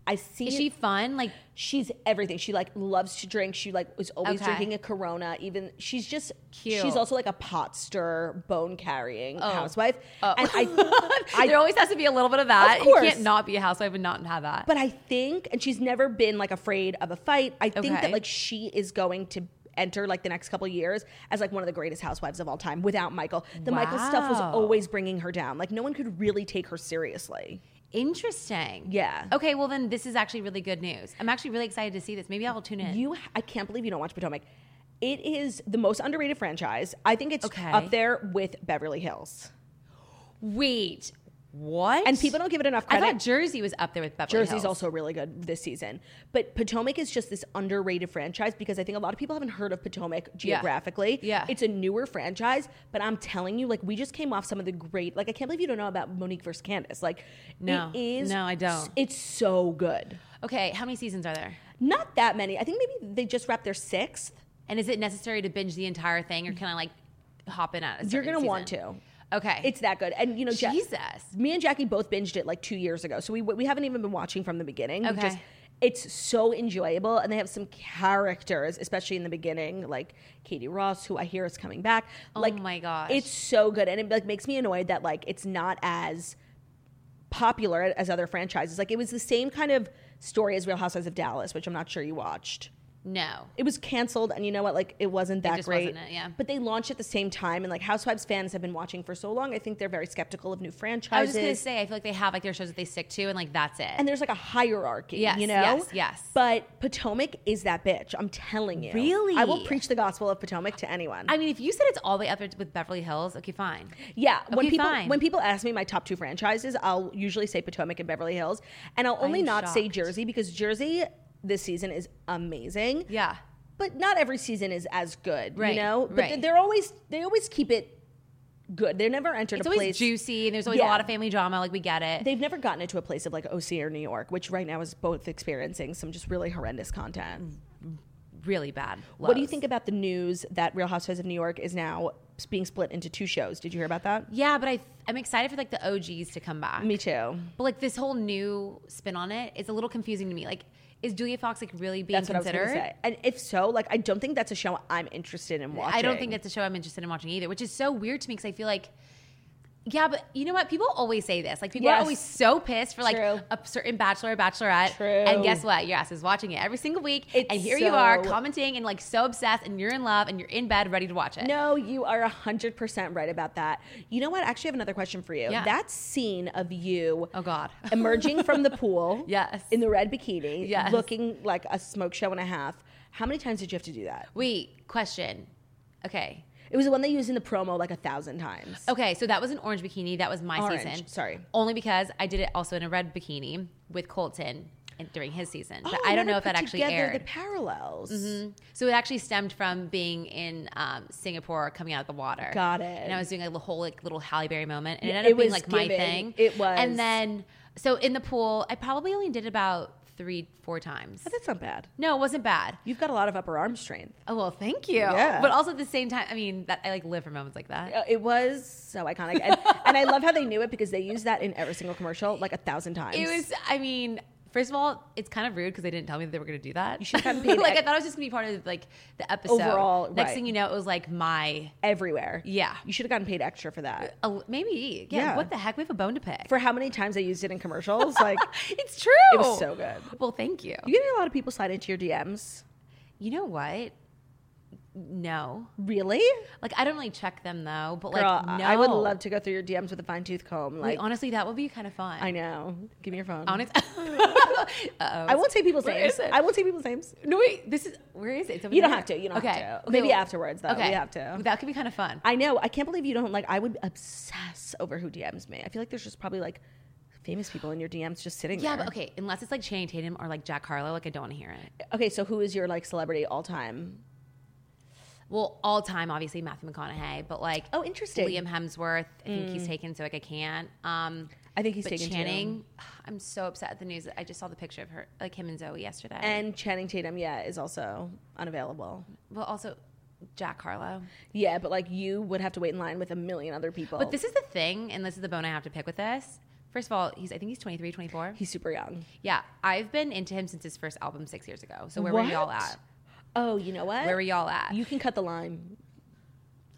Speaker 1: I see
Speaker 2: Is she fun? Like
Speaker 1: she's everything. She like loves to drink. She like was always
Speaker 2: Okay.
Speaker 1: drinking a Corona. Even she's just
Speaker 2: Cute. Oh.
Speaker 1: She's also like a pot stir, bone carrying housewife. And I, I
Speaker 2: there always has to be a little bit of that.
Speaker 1: Of
Speaker 2: You
Speaker 1: course.
Speaker 2: can't not be a housewife and not have that.
Speaker 1: but I think, and she's never been like afraid of a fight. I think that
Speaker 2: Okay.
Speaker 1: like she is going to enter like the next couple years as like one of the greatest housewives of all time without Michael. The Michael stuff was
Speaker 2: Wow.
Speaker 1: always bringing her down. Like no one could really take her seriously.
Speaker 2: Interesting.
Speaker 1: Yeah.
Speaker 2: Okay, well then this is actually really good news. I'm actually really excited to see this. Maybe I'll tune in.
Speaker 1: You, I can't believe you don't watch Potomac. It is the most underrated franchise. I think it's
Speaker 2: Okay.
Speaker 1: up there with Beverly Hills.
Speaker 2: Wait. What?
Speaker 1: And people don't give it enough
Speaker 2: I
Speaker 1: credit.
Speaker 2: thought Jersey was up there with Beverly
Speaker 1: Jersey's
Speaker 2: Hills.
Speaker 1: also really good this season. But Potomac is just this underrated franchise because I think a lot of people haven't heard of Potomac geographically.
Speaker 2: Yeah.
Speaker 1: It's a newer franchise, but I'm telling you, like, we just came off some of the great, like, I can't believe you don't know about Monique versus Candace. Like,
Speaker 2: No.
Speaker 1: it is.
Speaker 2: No, I don't.
Speaker 1: It's so good.
Speaker 2: Okay, how many seasons are there?
Speaker 1: Not that many. I think maybe they just wrapped their sixth.
Speaker 2: And is it necessary to binge the entire thing or can I like hop in at a
Speaker 1: You're
Speaker 2: certain
Speaker 1: going to want
Speaker 2: season?
Speaker 1: to.
Speaker 2: Okay.
Speaker 1: It's that good. And, you know, Ja-
Speaker 2: Jesus.
Speaker 1: me and Jackie both binged it like two years ago, so we we haven't even been watching from the beginning. We
Speaker 2: Okay.
Speaker 1: just- it's so enjoyable, and they have some characters, especially in the beginning, like Katie Ross, who I hear is coming back. Like,
Speaker 2: Oh my gosh.
Speaker 1: it's so good, and it like makes me annoyed that like it's not as popular as other franchises. Like, it was the same kind of story as Real Housewives of Dallas, which I'm not sure you watched
Speaker 2: No.
Speaker 1: it was canceled and you know what like it wasn't that
Speaker 2: just
Speaker 1: great
Speaker 2: wasn't it, yeah.
Speaker 1: but they launched at the same time and like housewives fans have been watching for so long i think they're very skeptical of new franchises
Speaker 2: I was just gonna say, I feel like they have like their shows that they stick to, and like that's it.
Speaker 1: and there's like a hierarchy
Speaker 2: Yes,
Speaker 1: you know
Speaker 2: yes, yes.
Speaker 1: but potomac is that bitch i'm telling you
Speaker 2: Really?
Speaker 1: i will preach the gospel of potomac to anyone
Speaker 2: I mean, if you said it's all the way up there with Beverly Hills, okay, fine.
Speaker 1: yeah when
Speaker 2: Okay,
Speaker 1: people
Speaker 2: fine.
Speaker 1: when people ask me my top two franchises i'll usually say potomac and beverly hills and i'll only
Speaker 2: am
Speaker 1: not say
Speaker 2: shocked.
Speaker 1: jersey because jersey this season is amazing
Speaker 2: Yeah.
Speaker 1: but not every season is as good,
Speaker 2: Right,
Speaker 1: you know. But
Speaker 2: right.
Speaker 1: th- they're always they always keep it good. They're never entered
Speaker 2: It's
Speaker 1: a
Speaker 2: always
Speaker 1: place.
Speaker 2: juicy, and there's always
Speaker 1: Yeah.
Speaker 2: a lot of family drama. Like we get it.
Speaker 1: They've never gotten it to a place of like OC or New York, which right now is both experiencing some just really horrendous content.
Speaker 2: really bad.
Speaker 1: What do you
Speaker 2: lows.
Speaker 1: think about the news that Real Housewives of New York is now s- being split into two shows? Did you hear about that?
Speaker 2: Yeah, but I I'm excited for like the OGs to come back.
Speaker 1: Me too.
Speaker 2: But like this whole new spin on it is a little confusing to me. Like, is Julia Fox like really being
Speaker 1: That's what I
Speaker 2: considered?
Speaker 1: was going to say. And if so, like I don't think that's a show I'm interested in watching.
Speaker 2: I don't think that's a show I'm interested in watching either, which is so weird to me because I feel like. Yeah, but you know what? People always say this. Like people are
Speaker 1: Yes.
Speaker 2: always so pissed for like
Speaker 1: True.
Speaker 2: a certain bachelor or bachelorette.
Speaker 1: True.
Speaker 2: And guess what? Your ass is watching it every single week.
Speaker 1: It's
Speaker 2: and here you are
Speaker 1: so-
Speaker 2: commenting and like so obsessed and you're in love and you're in bed ready to watch it.
Speaker 1: No, you are 100% right about that. You know what? I actually have another question for you.
Speaker 2: Yeah.
Speaker 1: That scene of you
Speaker 2: Oh God.
Speaker 1: emerging from the pool.
Speaker 2: Yes.
Speaker 1: In the red bikini.
Speaker 2: Yes.
Speaker 1: Looking like a smoke show and a half. How many times did you have to do that?
Speaker 2: Wait, question. Okay.
Speaker 1: It was the one they used in the promo like a thousand times.
Speaker 2: Okay, so that was an orange bikini. That was Oh, my
Speaker 1: Orange,
Speaker 2: season.
Speaker 1: sorry.
Speaker 2: Only because I did it also in a red bikini with Colton and- during his season. but I don't
Speaker 1: Oh, never
Speaker 2: know
Speaker 1: put
Speaker 2: if that actually
Speaker 1: together
Speaker 2: aired. Mm-hmm.
Speaker 1: The parallels.
Speaker 2: so it actually stemmed from being in um, Singapore, coming out of the water.
Speaker 1: Got it.
Speaker 2: And I was doing like the whole like little Halle Berry moment, and it
Speaker 1: Yeah,
Speaker 2: ended
Speaker 1: it
Speaker 2: up being
Speaker 1: was
Speaker 2: like my
Speaker 1: giving.
Speaker 2: thing.
Speaker 1: It was.
Speaker 2: And then so in the pool, I probably only did about three, four times.
Speaker 1: But that's not bad.
Speaker 2: No, it wasn't bad.
Speaker 1: You've got a lot of upper arm strength.
Speaker 2: Oh well, thank you.
Speaker 1: Yeah.
Speaker 2: But also at the same time, I mean, that I like live for moments like that.
Speaker 1: Uh, It was so iconic, and, and I love how they knew it because they used that in every single commercial like a thousand times.
Speaker 2: It was. I mean, first of all, it's kind of rude because they didn't tell me that they were going to do that. You
Speaker 1: should have gotten paid
Speaker 2: like I
Speaker 1: ex-
Speaker 2: thought it was just going to be part of like the episode.
Speaker 1: Overall,
Speaker 2: next
Speaker 1: right.
Speaker 2: thing you know, it was like my
Speaker 1: everywhere.
Speaker 2: Yeah.
Speaker 1: you should have gotten paid extra for that.
Speaker 2: oh, maybe yeah,
Speaker 1: Yeah.
Speaker 2: What the heck? We have a bone to pick.
Speaker 1: for how many times I used it in commercials. Like,
Speaker 2: it's true.
Speaker 1: It was so good.
Speaker 2: Well, thank you.
Speaker 1: you get a lot of people slide into your DMs.
Speaker 2: You know what? No,
Speaker 1: Really?
Speaker 2: like I don't really check them though. But
Speaker 1: Girl,
Speaker 2: like, no,
Speaker 1: I would love to go through your DMs with a fine tooth comb.
Speaker 2: Wait,
Speaker 1: Like,
Speaker 2: honestly, that would be kind of fun.
Speaker 1: I know. Give me your phone.
Speaker 2: Honest.
Speaker 1: I won't say people's
Speaker 2: Where
Speaker 1: names.
Speaker 2: is it?
Speaker 1: I won't say people's names.
Speaker 2: no wait, this is where is it? It's over
Speaker 1: You don't
Speaker 2: there?
Speaker 1: have to, you don't have to. Maybe afterwards, though, we have to.
Speaker 2: That could be kind of fun.
Speaker 1: I know. I can't believe you don't like. I would obsess over who DMs me. I feel like there's just probably like famous people in your DMs just sitting
Speaker 2: Yeah,
Speaker 1: there.
Speaker 2: but okay, unless it's like Channing Tatum or like Jack Harlow, like I don't want to hear it.
Speaker 1: Okay, so who is your like celebrity all time?
Speaker 2: Well, all time, obviously Matthew McConaughey, but like
Speaker 1: Oh, interesting.
Speaker 2: Liam Hemsworth, I think he's taken, so like I can't. Um,
Speaker 1: I think he's
Speaker 2: but
Speaker 1: taken too.
Speaker 2: Channing, I'm so upset at the news. I just saw the picture of her, like him and Zoe yesterday,
Speaker 1: And Channing Tatum, yeah, is also unavailable.
Speaker 2: well, also Jack
Speaker 1: Oh.
Speaker 2: Harlow.
Speaker 1: Yeah, but like you would have to wait in line with a million other people.
Speaker 2: But this is the thing, and this is the bone I have to pick with this. First of all, he's I think he's 23, 24.
Speaker 1: He's super young.
Speaker 2: yeah, I've been into him since his first album six years ago. So where were y'all
Speaker 1: What?
Speaker 2: at?
Speaker 1: Oh, you know what?
Speaker 2: Where were y'all at?
Speaker 1: You can cut the line.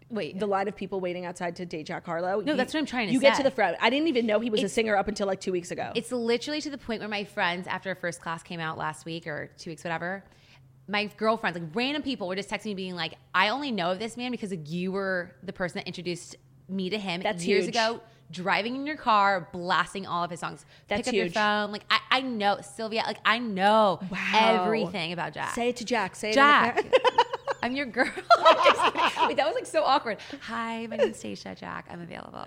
Speaker 2: Wait,
Speaker 1: The line of people waiting outside to date Jack Harlow. No,
Speaker 2: that's what I'm trying to
Speaker 1: You get to
Speaker 2: say.
Speaker 1: the front. I didn't even know he was a
Speaker 2: It's-
Speaker 1: singer up until like two weeks ago.
Speaker 2: It's literally to the point where my friends, after first class came out last week or two weeks, whatever, my girlfriends, like random people, were just texting me being like, I only know of this man because like you were the person that introduced me to him
Speaker 1: That's
Speaker 2: years
Speaker 1: huge.
Speaker 2: ago, driving in your car, blasting all of his songs.
Speaker 1: That's
Speaker 2: Pick up
Speaker 1: huge.
Speaker 2: your phone. Like I, I know Sylvia, like I know
Speaker 1: Wow.
Speaker 2: everything about Jack.
Speaker 1: Say it to Jack. Say it.
Speaker 2: Jack.
Speaker 1: in the
Speaker 2: I'm your girl. Just kidding. Wait, that was like so awkward. Hi, my name's Stacia Jack. I'm available.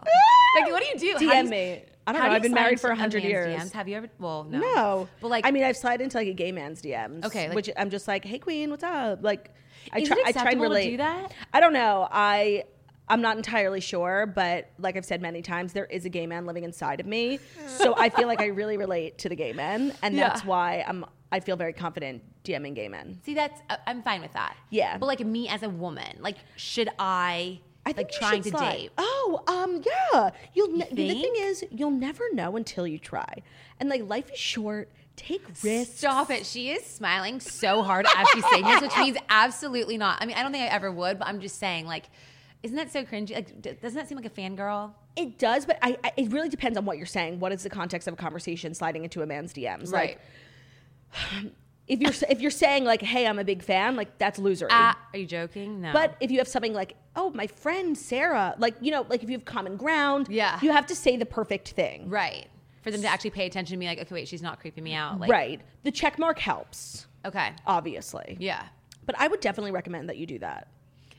Speaker 2: Like, what do you do? How do
Speaker 1: camera.
Speaker 2: you-
Speaker 1: DM me. I don't
Speaker 2: how
Speaker 1: know.
Speaker 2: do
Speaker 1: I've
Speaker 2: you
Speaker 1: been married
Speaker 2: slide
Speaker 1: for
Speaker 2: into a
Speaker 1: hundred
Speaker 2: man's
Speaker 1: years.
Speaker 2: DMs? Have you ever? Well, no.
Speaker 1: No,
Speaker 2: But like,
Speaker 1: I mean, I've slid into like a gay man's DMs.
Speaker 2: Okay, like-
Speaker 1: which I'm just like, hey, queen, what's up? Like, I
Speaker 2: Is
Speaker 1: try,
Speaker 2: it
Speaker 1: I try and
Speaker 2: acceptable to
Speaker 1: relate.
Speaker 2: do that?
Speaker 1: I don't know. I I'm not entirely sure, but like I've said many times, there is a gay man living inside of me, so I feel like I really relate to the gay men, and that's
Speaker 2: Yeah.
Speaker 1: why I'm I feel very confident DMing gay men.
Speaker 2: see, that's I- I'm fine with that.
Speaker 1: Yeah.
Speaker 2: But like, me as a woman, like, should I?
Speaker 1: I
Speaker 2: like
Speaker 1: think you
Speaker 2: trying
Speaker 1: should
Speaker 2: to
Speaker 1: slide.
Speaker 2: date.
Speaker 1: Oh, um, yeah. You'll ne- the thing
Speaker 2: think?
Speaker 1: is, you'll never know until you try, and like life is short. Take risks.
Speaker 2: Stop it. She is smiling so hard as she's saying this, which means absolutely not. I mean, I don't think I ever would, but I'm just saying, like, isn't that so cringy? Like, d- doesn't that seem like a fangirl?
Speaker 1: It does, but I, I it really depends on what you're saying. What is the context of a conversation sliding into a man's DMs? Like if you're if you're saying like, "Hey, I'm a big fan," like that's loser.
Speaker 2: Ah, are you joking? No.
Speaker 1: but if you have something like, "Oh, my friend Sarah," like you know, like if you have common ground,
Speaker 2: Yeah.
Speaker 1: you have to say the perfect thing,
Speaker 2: Right. For them to actually pay attention to me, like, okay, wait, she's not creeping me out. Like,
Speaker 1: right? The check mark helps,
Speaker 2: Okay.
Speaker 1: obviously.
Speaker 2: Yeah.
Speaker 1: But I would definitely recommend that you do that.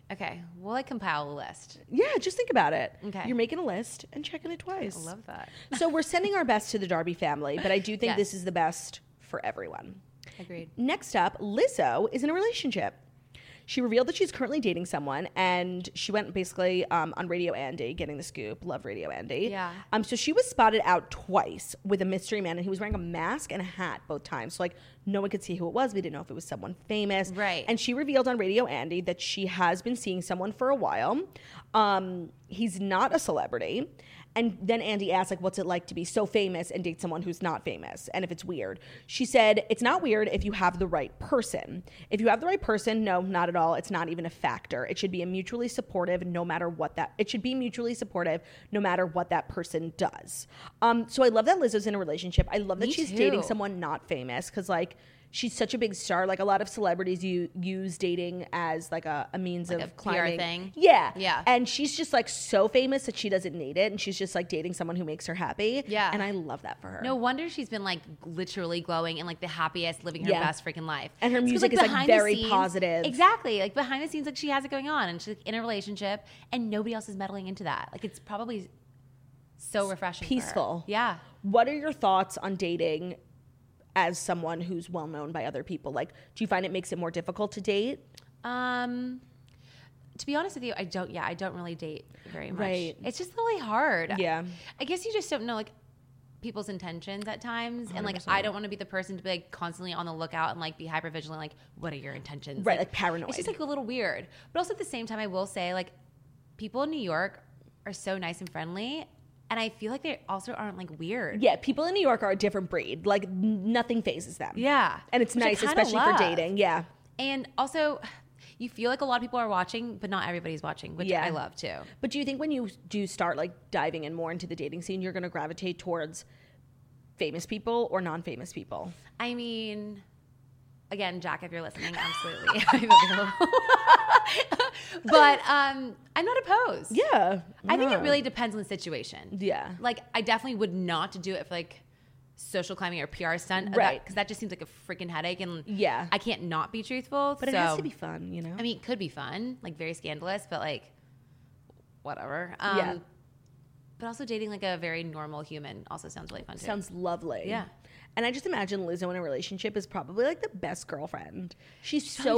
Speaker 2: Okay. We'll like compile a list.
Speaker 1: Yeah, just think about it.
Speaker 2: Okay.
Speaker 1: You're making a list and checking it twice.
Speaker 2: I love that.
Speaker 1: so we're sending our best to the Darby family, but I do think
Speaker 2: Yes.
Speaker 1: this is the best for everyone.
Speaker 2: Agreed.
Speaker 1: Next up, Lizzo is in a relationship. She revealed that she's currently dating someone, and she went basically um, on Radio Andy, getting the scoop. Love Radio Andy.
Speaker 2: Yeah.
Speaker 1: Um. So she was spotted out twice with a mystery man, and he was wearing a mask and a hat both times. So like, no one could see who it was. We didn't know if it was someone famous.
Speaker 2: Right.
Speaker 1: And she revealed on Radio Andy that she has been seeing someone for a while. Um. He's not a celebrity. And then Andy asked, like, what's it like to be so famous and date someone who's not famous? And if it's weird. She said, it's not weird if you have the right person. If you have the right person, no, not at all. It's not even a factor. It should be a mutually supportive, no matter what that, it should be mutually supportive, no matter what that person does. Um, so I love that Lizzo's in a relationship. I love that
Speaker 2: Me
Speaker 1: she's
Speaker 2: too.
Speaker 1: dating someone not famous because, like, she's such a big star. Like, a lot of celebrities you use dating as, like, a, a means
Speaker 2: Like
Speaker 1: of
Speaker 2: a PR
Speaker 1: climbing.
Speaker 2: thing?
Speaker 1: Yeah.
Speaker 2: Yeah.
Speaker 1: And she's just like so famous that she doesn't need it. And she's just like dating someone who makes her happy.
Speaker 2: Yeah.
Speaker 1: And I love that for her.
Speaker 2: No wonder she's been like literally glowing and like the happiest, living her
Speaker 1: Yeah.
Speaker 2: best freaking life.
Speaker 1: And her
Speaker 2: It's 'cause,
Speaker 1: music is, like,
Speaker 2: behind the
Speaker 1: very positive.
Speaker 2: Exactly. Like behind the scenes, like she has it going on and she's like, in a relationship and nobody else is meddling into that. Like it's probably so refreshing. for her.
Speaker 1: peaceful.
Speaker 2: Yeah.
Speaker 1: What are your thoughts on dating as someone who's well known by other people? Like, do you find it makes it more difficult to date?
Speaker 2: Um, to be honest with you, I don't. Yeah, I don't really date very much.
Speaker 1: Right.
Speaker 2: It's just really hard.
Speaker 1: Yeah.
Speaker 2: I guess you just don't know like people's intentions at times, and like I don't want to be the person to be like constantly on the lookout and like be hyper vigilant. Like, what are your intentions?
Speaker 1: Right, like paranoid.
Speaker 2: It's just like a little weird. But also at the same time, I will say like people in New York are so nice and friendly, and I feel like they also aren't like weird.
Speaker 1: Yeah, people in New York are a different breed. Like, n- nothing phases them.
Speaker 2: Yeah.
Speaker 1: And it's
Speaker 2: Which I
Speaker 1: nice,
Speaker 2: kinda
Speaker 1: especially
Speaker 2: love.
Speaker 1: for dating. Yeah.
Speaker 2: And also, you feel like a lot of people are watching, but not everybody's watching, which
Speaker 1: Yeah.
Speaker 2: I love too.
Speaker 1: But do you think when you do start like diving in more into the dating scene, you're going to gravitate towards famous people or non famous people?
Speaker 2: I mean, again, Jack, if you're listening, absolutely. I'm available. but um, I'm not opposed.
Speaker 1: Yeah.
Speaker 2: I think it really depends on the situation.
Speaker 1: Yeah.
Speaker 2: Like, I definitely would not do it for like social climbing or PR stunt.
Speaker 1: Right.
Speaker 2: Because that just seems like a freaking headache. And
Speaker 1: Yeah.
Speaker 2: I can't not be truthful.
Speaker 1: But it has to be fun, you know?
Speaker 2: I mean, it could be fun, like very scandalous, but like whatever. Um,
Speaker 1: Yeah.
Speaker 2: But also dating like a very normal human also sounds really fun too.
Speaker 1: Sounds lovely.
Speaker 2: Yeah.
Speaker 1: And I just imagine Lizzo in a relationship is probably like the best girlfriend. She's, so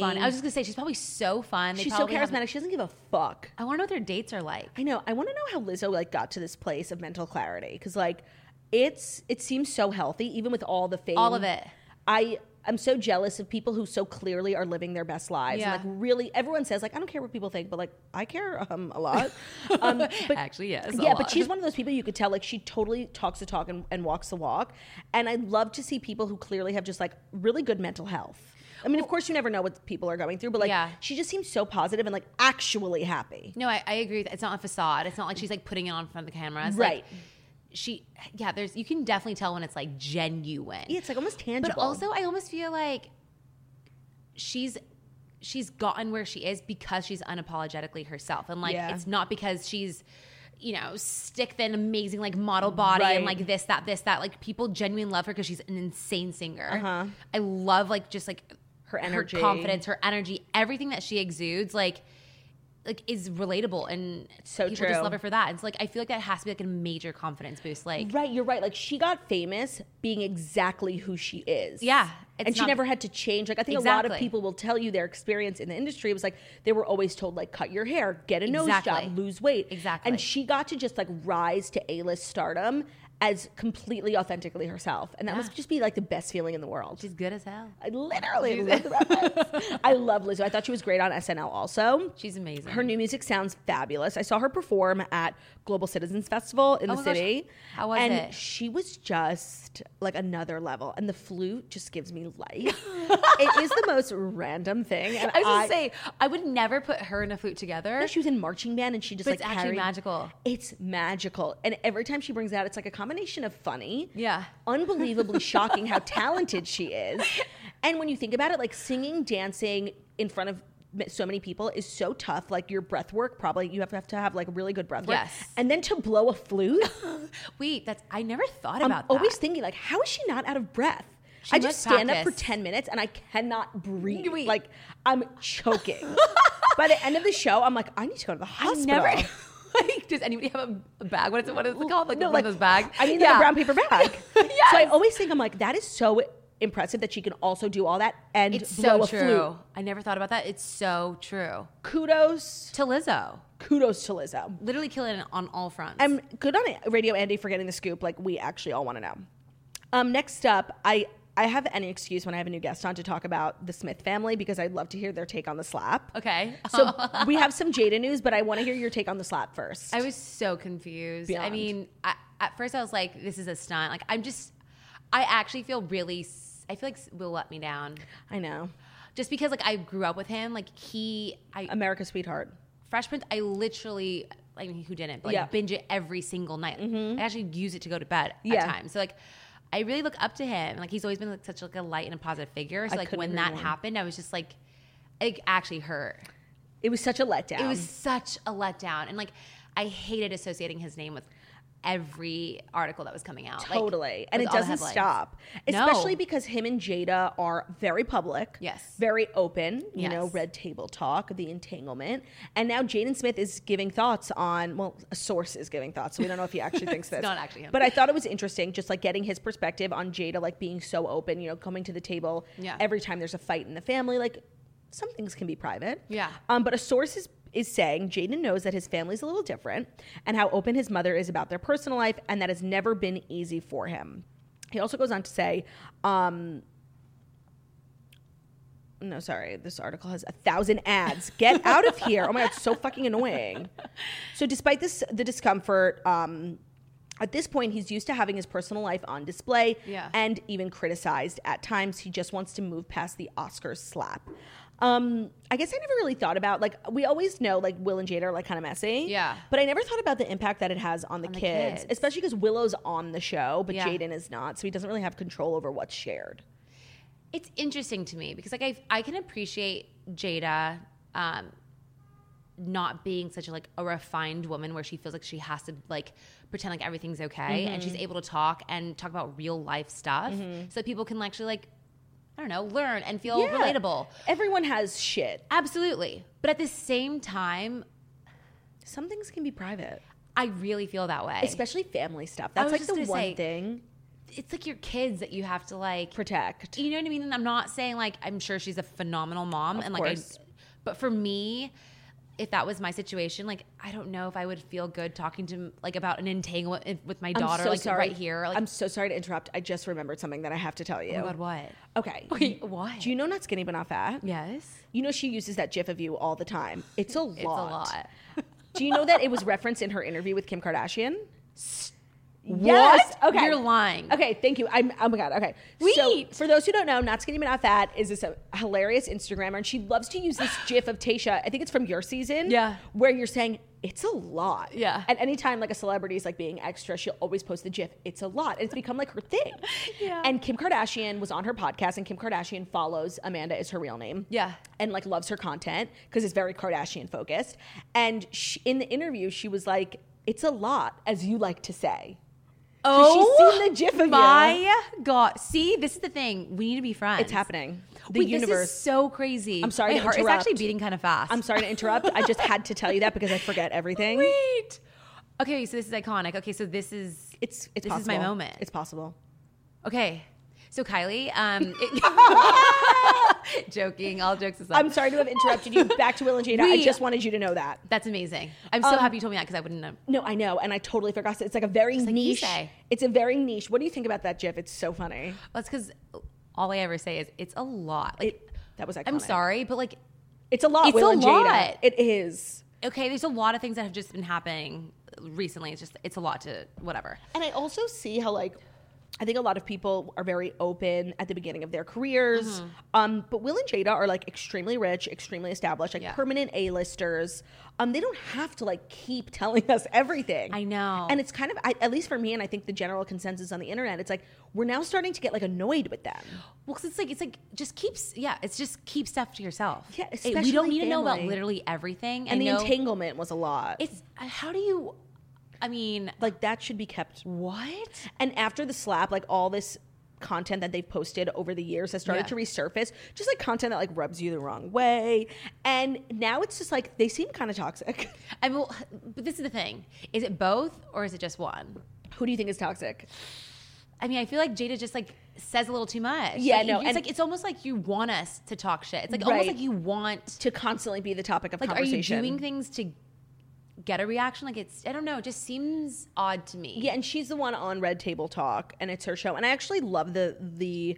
Speaker 1: funny.
Speaker 2: fun. I was just gonna say she's probably so fun. They
Speaker 1: She's so
Speaker 2: probably
Speaker 1: charismatic.
Speaker 2: have-
Speaker 1: she doesn't give a fuck.
Speaker 2: I want to know what their dates are like.
Speaker 1: I know. I want to know how Lizzo like got to this place of mental clarity because like it's it seems so healthy even with all the fame.
Speaker 2: All of it.
Speaker 1: I I'm so jealous of people who so clearly are living their best lives. And,
Speaker 2: Yeah.
Speaker 1: like really, everyone says like I don't care what people think, but like I care um, a lot. Um, but
Speaker 2: Actually, yes, a
Speaker 1: yeah. But
Speaker 2: lot.
Speaker 1: she's one of those people you could tell like she totally talks the talk and, and walks the walk. And I love to see people who clearly have just like really good mental health. I mean, of course, you never know what people are going through, but like
Speaker 2: Yeah.
Speaker 1: she just seems so positive and like actually happy.
Speaker 2: No, I, I agree. With It's not a facade. It's not like she's like putting it on in front of the camera. It's
Speaker 1: Right.
Speaker 2: Like, she, yeah. There's you can definitely tell when it's like genuine.
Speaker 1: Yeah, it's like almost tangible.
Speaker 2: but also, I almost feel like she's she's gotten where she is because she's unapologetically herself, and like
Speaker 1: Yeah.
Speaker 2: it's not because she's you know stick thin, amazing like model body and
Speaker 1: Right.
Speaker 2: like this, that, this, that. Like people genuinely love her because she's an insane singer. I love like just like
Speaker 1: Her Uh-huh. energy.
Speaker 2: her confidence, her energy, everything that she exudes. Like like is relatable and
Speaker 1: so
Speaker 2: people just
Speaker 1: true.
Speaker 2: love her for that. It's like I feel like that has to be like a major confidence boost. Like
Speaker 1: Right, you're right. Like she got famous being exactly who she is.
Speaker 2: Yeah, it's
Speaker 1: and she
Speaker 2: not-
Speaker 1: never had to change. Like I think a lot of
Speaker 2: Exactly.
Speaker 1: people will tell you their experience in the industry was like they were always told like cut your hair, get a nose
Speaker 2: Exactly.
Speaker 1: job, lose weight.
Speaker 2: Exactly.
Speaker 1: And she got to just like rise to A-list stardom as completely authentically herself. And that must just be like the best feeling in the world.
Speaker 2: she's good as hell.
Speaker 1: I literally love the reference. I love Lizzo. I thought she was great on SNL also.
Speaker 2: She's amazing.
Speaker 1: Her new music sounds fabulous. I saw her perform at Global Citizens Festival in
Speaker 2: Oh
Speaker 1: the
Speaker 2: my gosh.
Speaker 1: city.
Speaker 2: How was
Speaker 1: and
Speaker 2: it?
Speaker 1: She was just like another level, and the flute just gives me life. it is the most random thing. And
Speaker 2: I was gonna say I would never put her and a flute together.
Speaker 1: she was in marching band, and she just
Speaker 2: But
Speaker 1: like
Speaker 2: it's actually
Speaker 1: carried-
Speaker 2: magical.
Speaker 1: It's magical, and every time she brings it out, it's like a combination of funny,
Speaker 2: Yeah.
Speaker 1: unbelievably shocking how talented she is, and when you think about it, like singing, dancing in front of m- so many people is so tough. Like your breath work, probably you have to have to have like really good breath work,
Speaker 2: Yes.
Speaker 1: and then to blow a flute.
Speaker 2: Wait, that's I never thought
Speaker 1: I'm
Speaker 2: about that.
Speaker 1: always thinking like, how is she not out of breath?
Speaker 2: She
Speaker 1: I just
Speaker 2: must
Speaker 1: stand up for
Speaker 2: practice.
Speaker 1: ten minutes and I cannot breathe.
Speaker 2: Wait.
Speaker 1: Like I'm choking. By the end of the show, I'm like, I need to go to the
Speaker 2: I
Speaker 1: hospital.
Speaker 2: never like does anybody have a- a bag? What is it what is it called? Like
Speaker 1: No,
Speaker 2: one
Speaker 1: like
Speaker 2: of those bags?
Speaker 1: I mean, like
Speaker 2: yeah.
Speaker 1: a brown paper bag.
Speaker 2: Yes.
Speaker 1: So I always think I'm like, that is so impressive that she can also do all that and
Speaker 2: It's
Speaker 1: blow
Speaker 2: so
Speaker 1: a
Speaker 2: true.
Speaker 1: flute.
Speaker 2: I never thought about that. It's so true.
Speaker 1: Kudos,
Speaker 2: To Lizzo.
Speaker 1: kudos to Lizzo.
Speaker 2: Literally killing it on all fronts.
Speaker 1: I'm good on it, Radio Andy, for getting the scoop. Like we actually all want to know. Um, next up, I I have any excuse when I have a new guest on to talk about the Smith family because I'd love to hear their take on the slap.
Speaker 2: okay.
Speaker 1: So we have some Jada news, but I want to hear your take on the slap first.
Speaker 2: I was so confused. I
Speaker 1: Beyond.
Speaker 2: mean, I, at first I was like, "This is a stunt." Like, I'm just, I actually feel really. s- I feel like s- Will let me down,
Speaker 1: I know,
Speaker 2: just because like I grew up with him. Like he, I
Speaker 1: America's sweetheart.
Speaker 2: Fresh Prince. I literally, I mean, who didn't? But, like
Speaker 1: Yeah. Mm-hmm.
Speaker 2: binge it every single night. I actually use it to go to bed
Speaker 1: Yeah.
Speaker 2: at times. So like. I really look up to him. Like he's always been like such like a light and a positive figure. So
Speaker 1: I
Speaker 2: like
Speaker 1: couldn't
Speaker 2: when
Speaker 1: agree
Speaker 2: that
Speaker 1: more.
Speaker 2: happened, I was just like, it actually hurt.
Speaker 1: It was such a letdown.
Speaker 2: It was such a letdown. And like, I hated associating his name with every article that was coming out. Like,
Speaker 1: Totally. and it
Speaker 2: with all the
Speaker 1: doesn't
Speaker 2: headlines.
Speaker 1: stop.
Speaker 2: No.
Speaker 1: Especially because him and Jada are very public.
Speaker 2: Yes.
Speaker 1: Very open. You know,
Speaker 2: Yes.
Speaker 1: red table talk, the entanglement. And now Jaden Smith is giving thoughts on, well, a source is giving thoughts. So we don't know if he actually thinks this.
Speaker 2: not actually him.
Speaker 1: But I thought it was interesting just like getting his perspective on Jada, like being so open, you know, coming to the table
Speaker 2: Yeah.
Speaker 1: every time there's a fight in the family. Like some things can be private.
Speaker 2: Yeah.
Speaker 1: Um, but a source is is saying Jaden knows that his family's a little different and how open his mother is about their personal life, and that has never been easy for him. He also goes on to say, um, no, sorry, this article has a thousand ads. Get out of here. Oh my God, it's so fucking annoying. So, despite this, the discomfort, um, at this point, he's used to having his personal life on display
Speaker 2: Yeah.
Speaker 1: and even criticized at times. He just wants to move past the Oscars slap. Um, I guess I never really thought about like we always know like Will and Jada are like kind of messy.
Speaker 2: Yeah.
Speaker 1: But I never thought about the impact that it has on the,
Speaker 2: the
Speaker 1: kids,
Speaker 2: kids.
Speaker 1: especially because Willow's on the show, but
Speaker 2: Yeah.
Speaker 1: Jaden is not, so he doesn't really have control over what's shared.
Speaker 2: It's interesting to me because like I I can appreciate Jada um not being such a like a refined woman where she feels like she has to like pretend like everything's okay and she's able to talk and talk about real life stuff so people can actually like I don't know learn and feel
Speaker 1: Yeah.
Speaker 2: Oh, relatable.
Speaker 1: Everyone has shit.
Speaker 2: Absolutely. But at the same time,
Speaker 1: Some things can be private,
Speaker 2: I really feel that way.
Speaker 1: especially family stuff. That's
Speaker 2: was
Speaker 1: like
Speaker 2: just
Speaker 1: the one
Speaker 2: gonna say-
Speaker 1: thing
Speaker 2: it's like your kids that you have to like
Speaker 1: protect.
Speaker 2: you know what I mean? And I'm not saying like I'm sure she's a phenomenal mom and like
Speaker 1: course.
Speaker 2: I but for me if that was my situation, like I don't know if I would feel good talking to like about an entanglement if- with my daughter, like right here. Like,
Speaker 1: I'm so sorry to interrupt. I just remembered something that I have to tell you.
Speaker 2: oh my god, what?
Speaker 1: Okay.
Speaker 2: Wait, what?
Speaker 1: Do you know not skinny but not fat?
Speaker 2: Yes,
Speaker 1: You know she uses that GIF of you all the time. It's a lot.
Speaker 2: it's a lot.
Speaker 1: Do you know that it was referenced in her interview with Kim Kardashian?
Speaker 2: What? You're lying.
Speaker 1: Okay, thank you. I'm, oh my God. Okay. So,
Speaker 2: Wait.
Speaker 1: for those who don't know, Not Skinny But Not Fat is this uh, hilarious Instagrammer, and she loves to use this GIF of Tasha. I think it's from your season.
Speaker 2: Yeah.
Speaker 1: Where you're saying, it's a lot.
Speaker 2: Yeah.
Speaker 1: At any time, like a celebrity is like being extra, she'll always post the GIF. It's a lot. And it's become like her thing.
Speaker 2: Yeah.
Speaker 1: And Kim Kardashian was on her podcast, and Kim Kardashian follows Amanda, is her real name
Speaker 2: Yeah.
Speaker 1: and like loves her content because it's very Kardashian focused. And she, in the interview, she was like, "It's a lot," as you like to say. she's seen the GIF of you.
Speaker 2: Oh my god! See, this is the thing. We need to be friends.
Speaker 1: It's happening. The
Speaker 2: Wait, This
Speaker 1: universe.
Speaker 2: is so crazy.
Speaker 1: I'm sorry
Speaker 2: My
Speaker 1: to
Speaker 2: heart is
Speaker 1: interrupt.
Speaker 2: actually beating kind of fast.
Speaker 1: I'm sorry to interrupt. I just had to tell you that because I forget everything.
Speaker 2: Wait. Okay, so this is iconic. Okay, so this is
Speaker 1: It's it's
Speaker 2: This is my
Speaker 1: possible.
Speaker 2: moment.
Speaker 1: It's possible.
Speaker 2: okay. So Kylie, um, it- joking. All jokes aside,
Speaker 1: I'm sorry to have interrupted you. Back to Will and Jada. I
Speaker 2: We-
Speaker 1: just wanted you to know that.
Speaker 2: That's amazing. I'm
Speaker 1: Um,
Speaker 2: so happy you told me that because I wouldn't have.
Speaker 1: No, I know, and I totally forgot. It's like a very
Speaker 2: like you
Speaker 1: niche.
Speaker 2: say.
Speaker 1: It's a very niche. What do you think about that GIF? It's so funny.
Speaker 2: That's because all I ever say is it's a lot. Like,
Speaker 1: It, that was iconic.
Speaker 2: I'm sorry, but like,
Speaker 1: It's a lot.
Speaker 2: It's
Speaker 1: Will
Speaker 2: a
Speaker 1: and Jada.
Speaker 2: lot.
Speaker 1: It is.
Speaker 2: okay, there's a lot of things that have just been happening recently. It's just it's a lot to whatever.
Speaker 1: And I also see how like I think a lot of people are very open at the beginning of their careers.
Speaker 2: Mm-hmm.
Speaker 1: Um, but Will and Jada are like extremely rich, extremely established, like
Speaker 2: Yeah.
Speaker 1: permanent A-listers. Um, they don't have to like keep telling us everything.
Speaker 2: I know.
Speaker 1: And it's kind of I, at least for me, and I think the general consensus on the internet, it's like we're now starting to get like annoyed with them.
Speaker 2: Well, 'cause it's like it's like just keeps yeah, it's just keep stuff to yourself.
Speaker 1: Yeah,
Speaker 2: It- we don't
Speaker 1: especially
Speaker 2: need to know about
Speaker 1: family.
Speaker 2: literally everything.
Speaker 1: And
Speaker 2: I
Speaker 1: the
Speaker 2: know-
Speaker 1: entanglement was a lot.
Speaker 2: It's uh, how do you? I mean,
Speaker 1: like that should be kept
Speaker 2: what?
Speaker 1: And after the slap, like all this content that they've posted over the years has started
Speaker 2: Yeah.
Speaker 1: to resurface, just like content that like rubs you the wrong way. And now it's just like they seem kind of toxic.
Speaker 2: I mean, well, but this is the thing: is it both or is it just one?
Speaker 1: Who do you think is toxic?
Speaker 2: I mean, I feel like Jada just like says a little too much.
Speaker 1: Yeah,
Speaker 2: like,
Speaker 1: no,
Speaker 2: It's
Speaker 1: and-
Speaker 2: like it's almost like you want us to talk shit. It's like
Speaker 1: Right.
Speaker 2: almost like you want
Speaker 1: To constantly be the topic of
Speaker 2: like are you
Speaker 1: conversation.
Speaker 2: doing things to get a reaction? Like it's I don't know. It just seems odd to me.
Speaker 1: yeah, and she's the one on Red Table Talk, and it's her show. And I actually love the the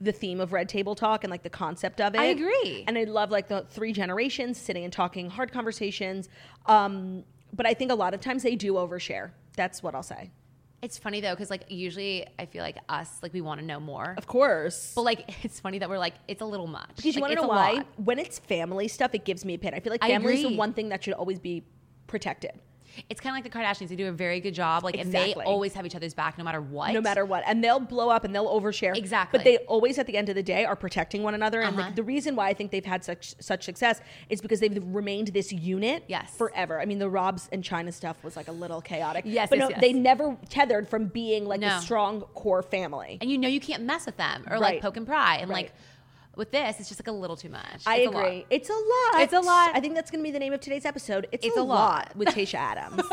Speaker 1: the theme of Red Table Talk and like the concept of it.
Speaker 2: I agree.
Speaker 1: And I love like the three generations sitting and talking hard conversations. Um, but I think a lot of times they do overshare. That's what I'll say.
Speaker 2: It's funny though because like usually I feel like us like we want to know more.
Speaker 1: Of course.
Speaker 2: But like it's funny that we're like it's a little much.
Speaker 1: Because you
Speaker 2: Like,
Speaker 1: want to know
Speaker 2: it's a
Speaker 1: why?
Speaker 2: lot.
Speaker 1: When it's family stuff, it gives me a pit. I feel like
Speaker 2: I
Speaker 1: family is the
Speaker 2: agree.
Speaker 1: one thing that should always be protected,
Speaker 2: It's kind of like the Kardashians. They do a very good job. Like and
Speaker 1: Exactly.
Speaker 2: they always have each other's back no matter what.
Speaker 1: no matter what. And they'll blow up and they'll overshare.
Speaker 2: Exactly. Uh-huh.
Speaker 1: But they always, at the end of the day, are protecting one another. And like, the reason why I think they've had such such success is because they've remained this unit
Speaker 2: Yes.
Speaker 1: forever. I mean, the Robs and China stuff was like a little chaotic.
Speaker 2: Yes,
Speaker 1: but no,
Speaker 2: yes, yes.
Speaker 1: they never tethered from being like a
Speaker 2: No.
Speaker 1: strong core family.
Speaker 2: And you know you can't mess with them or
Speaker 1: Right.
Speaker 2: like poke and pry. And
Speaker 1: Right.
Speaker 2: like with this, it's just like a little too much.
Speaker 1: I
Speaker 2: It's a lot.
Speaker 1: agree. It's a lot.
Speaker 2: It's a lot.
Speaker 1: I think that's going to be the name of today's episode. It's,
Speaker 2: It's
Speaker 1: a,
Speaker 2: a lot.
Speaker 1: lot. with Tasha Adams.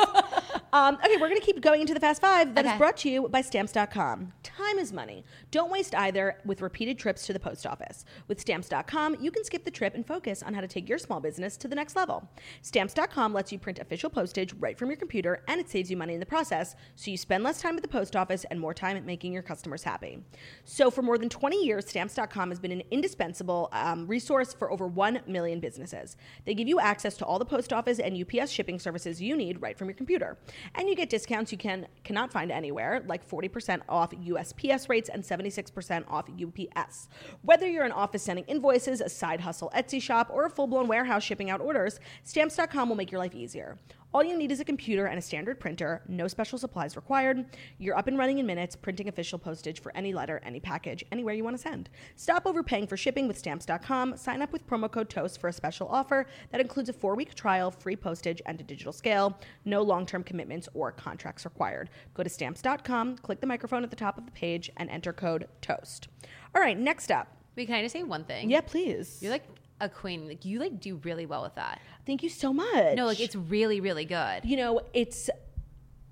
Speaker 1: um, okay, we're going to keep going into the Fast Five That is
Speaker 2: Okay.
Speaker 1: brought to you by Stamps.com. Time is money. Don't waste either with repeated trips to the post office. With Stamps.com, you can skip the trip and focus on how to take your small business to the next level. Stamps.com lets you print official postage right from your computer and it saves you money in the process, so you spend less time at the post office and more time at making your customers happy. So, for more than 20 years, Stamps.com has been an indispensable um, resource for over 1 million businesses. They give you access to all the post office and UPS shipping services you need right from your computer. And you get discounts you can cannot find anywhere, like 40% off USPS rates and 76% off UPS. Whether you're an office sending invoices, a side hustle Etsy shop, or a full blown warehouse shipping out orders, Stamps.com will make your life easier. All you need is a computer and a standard printer, no special supplies required. You're up and running in minutes, printing official postage for any letter, any package, anywhere you want to send. Stop overpaying for shipping with stamps.com. Sign up with promo code TOAST for a special offer that includes a four week trial, free postage, and a digital scale. No long term commitments or contracts required. Go to stamps.com, click the microphone at the top of the page, and enter code TOAST. All right, next up.
Speaker 2: Wait, can I just say one thing?
Speaker 1: Yeah, please.
Speaker 2: You're like a queen. Like you like do really well with that.
Speaker 1: Thank you so much.
Speaker 2: No, like it's really, really good.
Speaker 1: you know, it's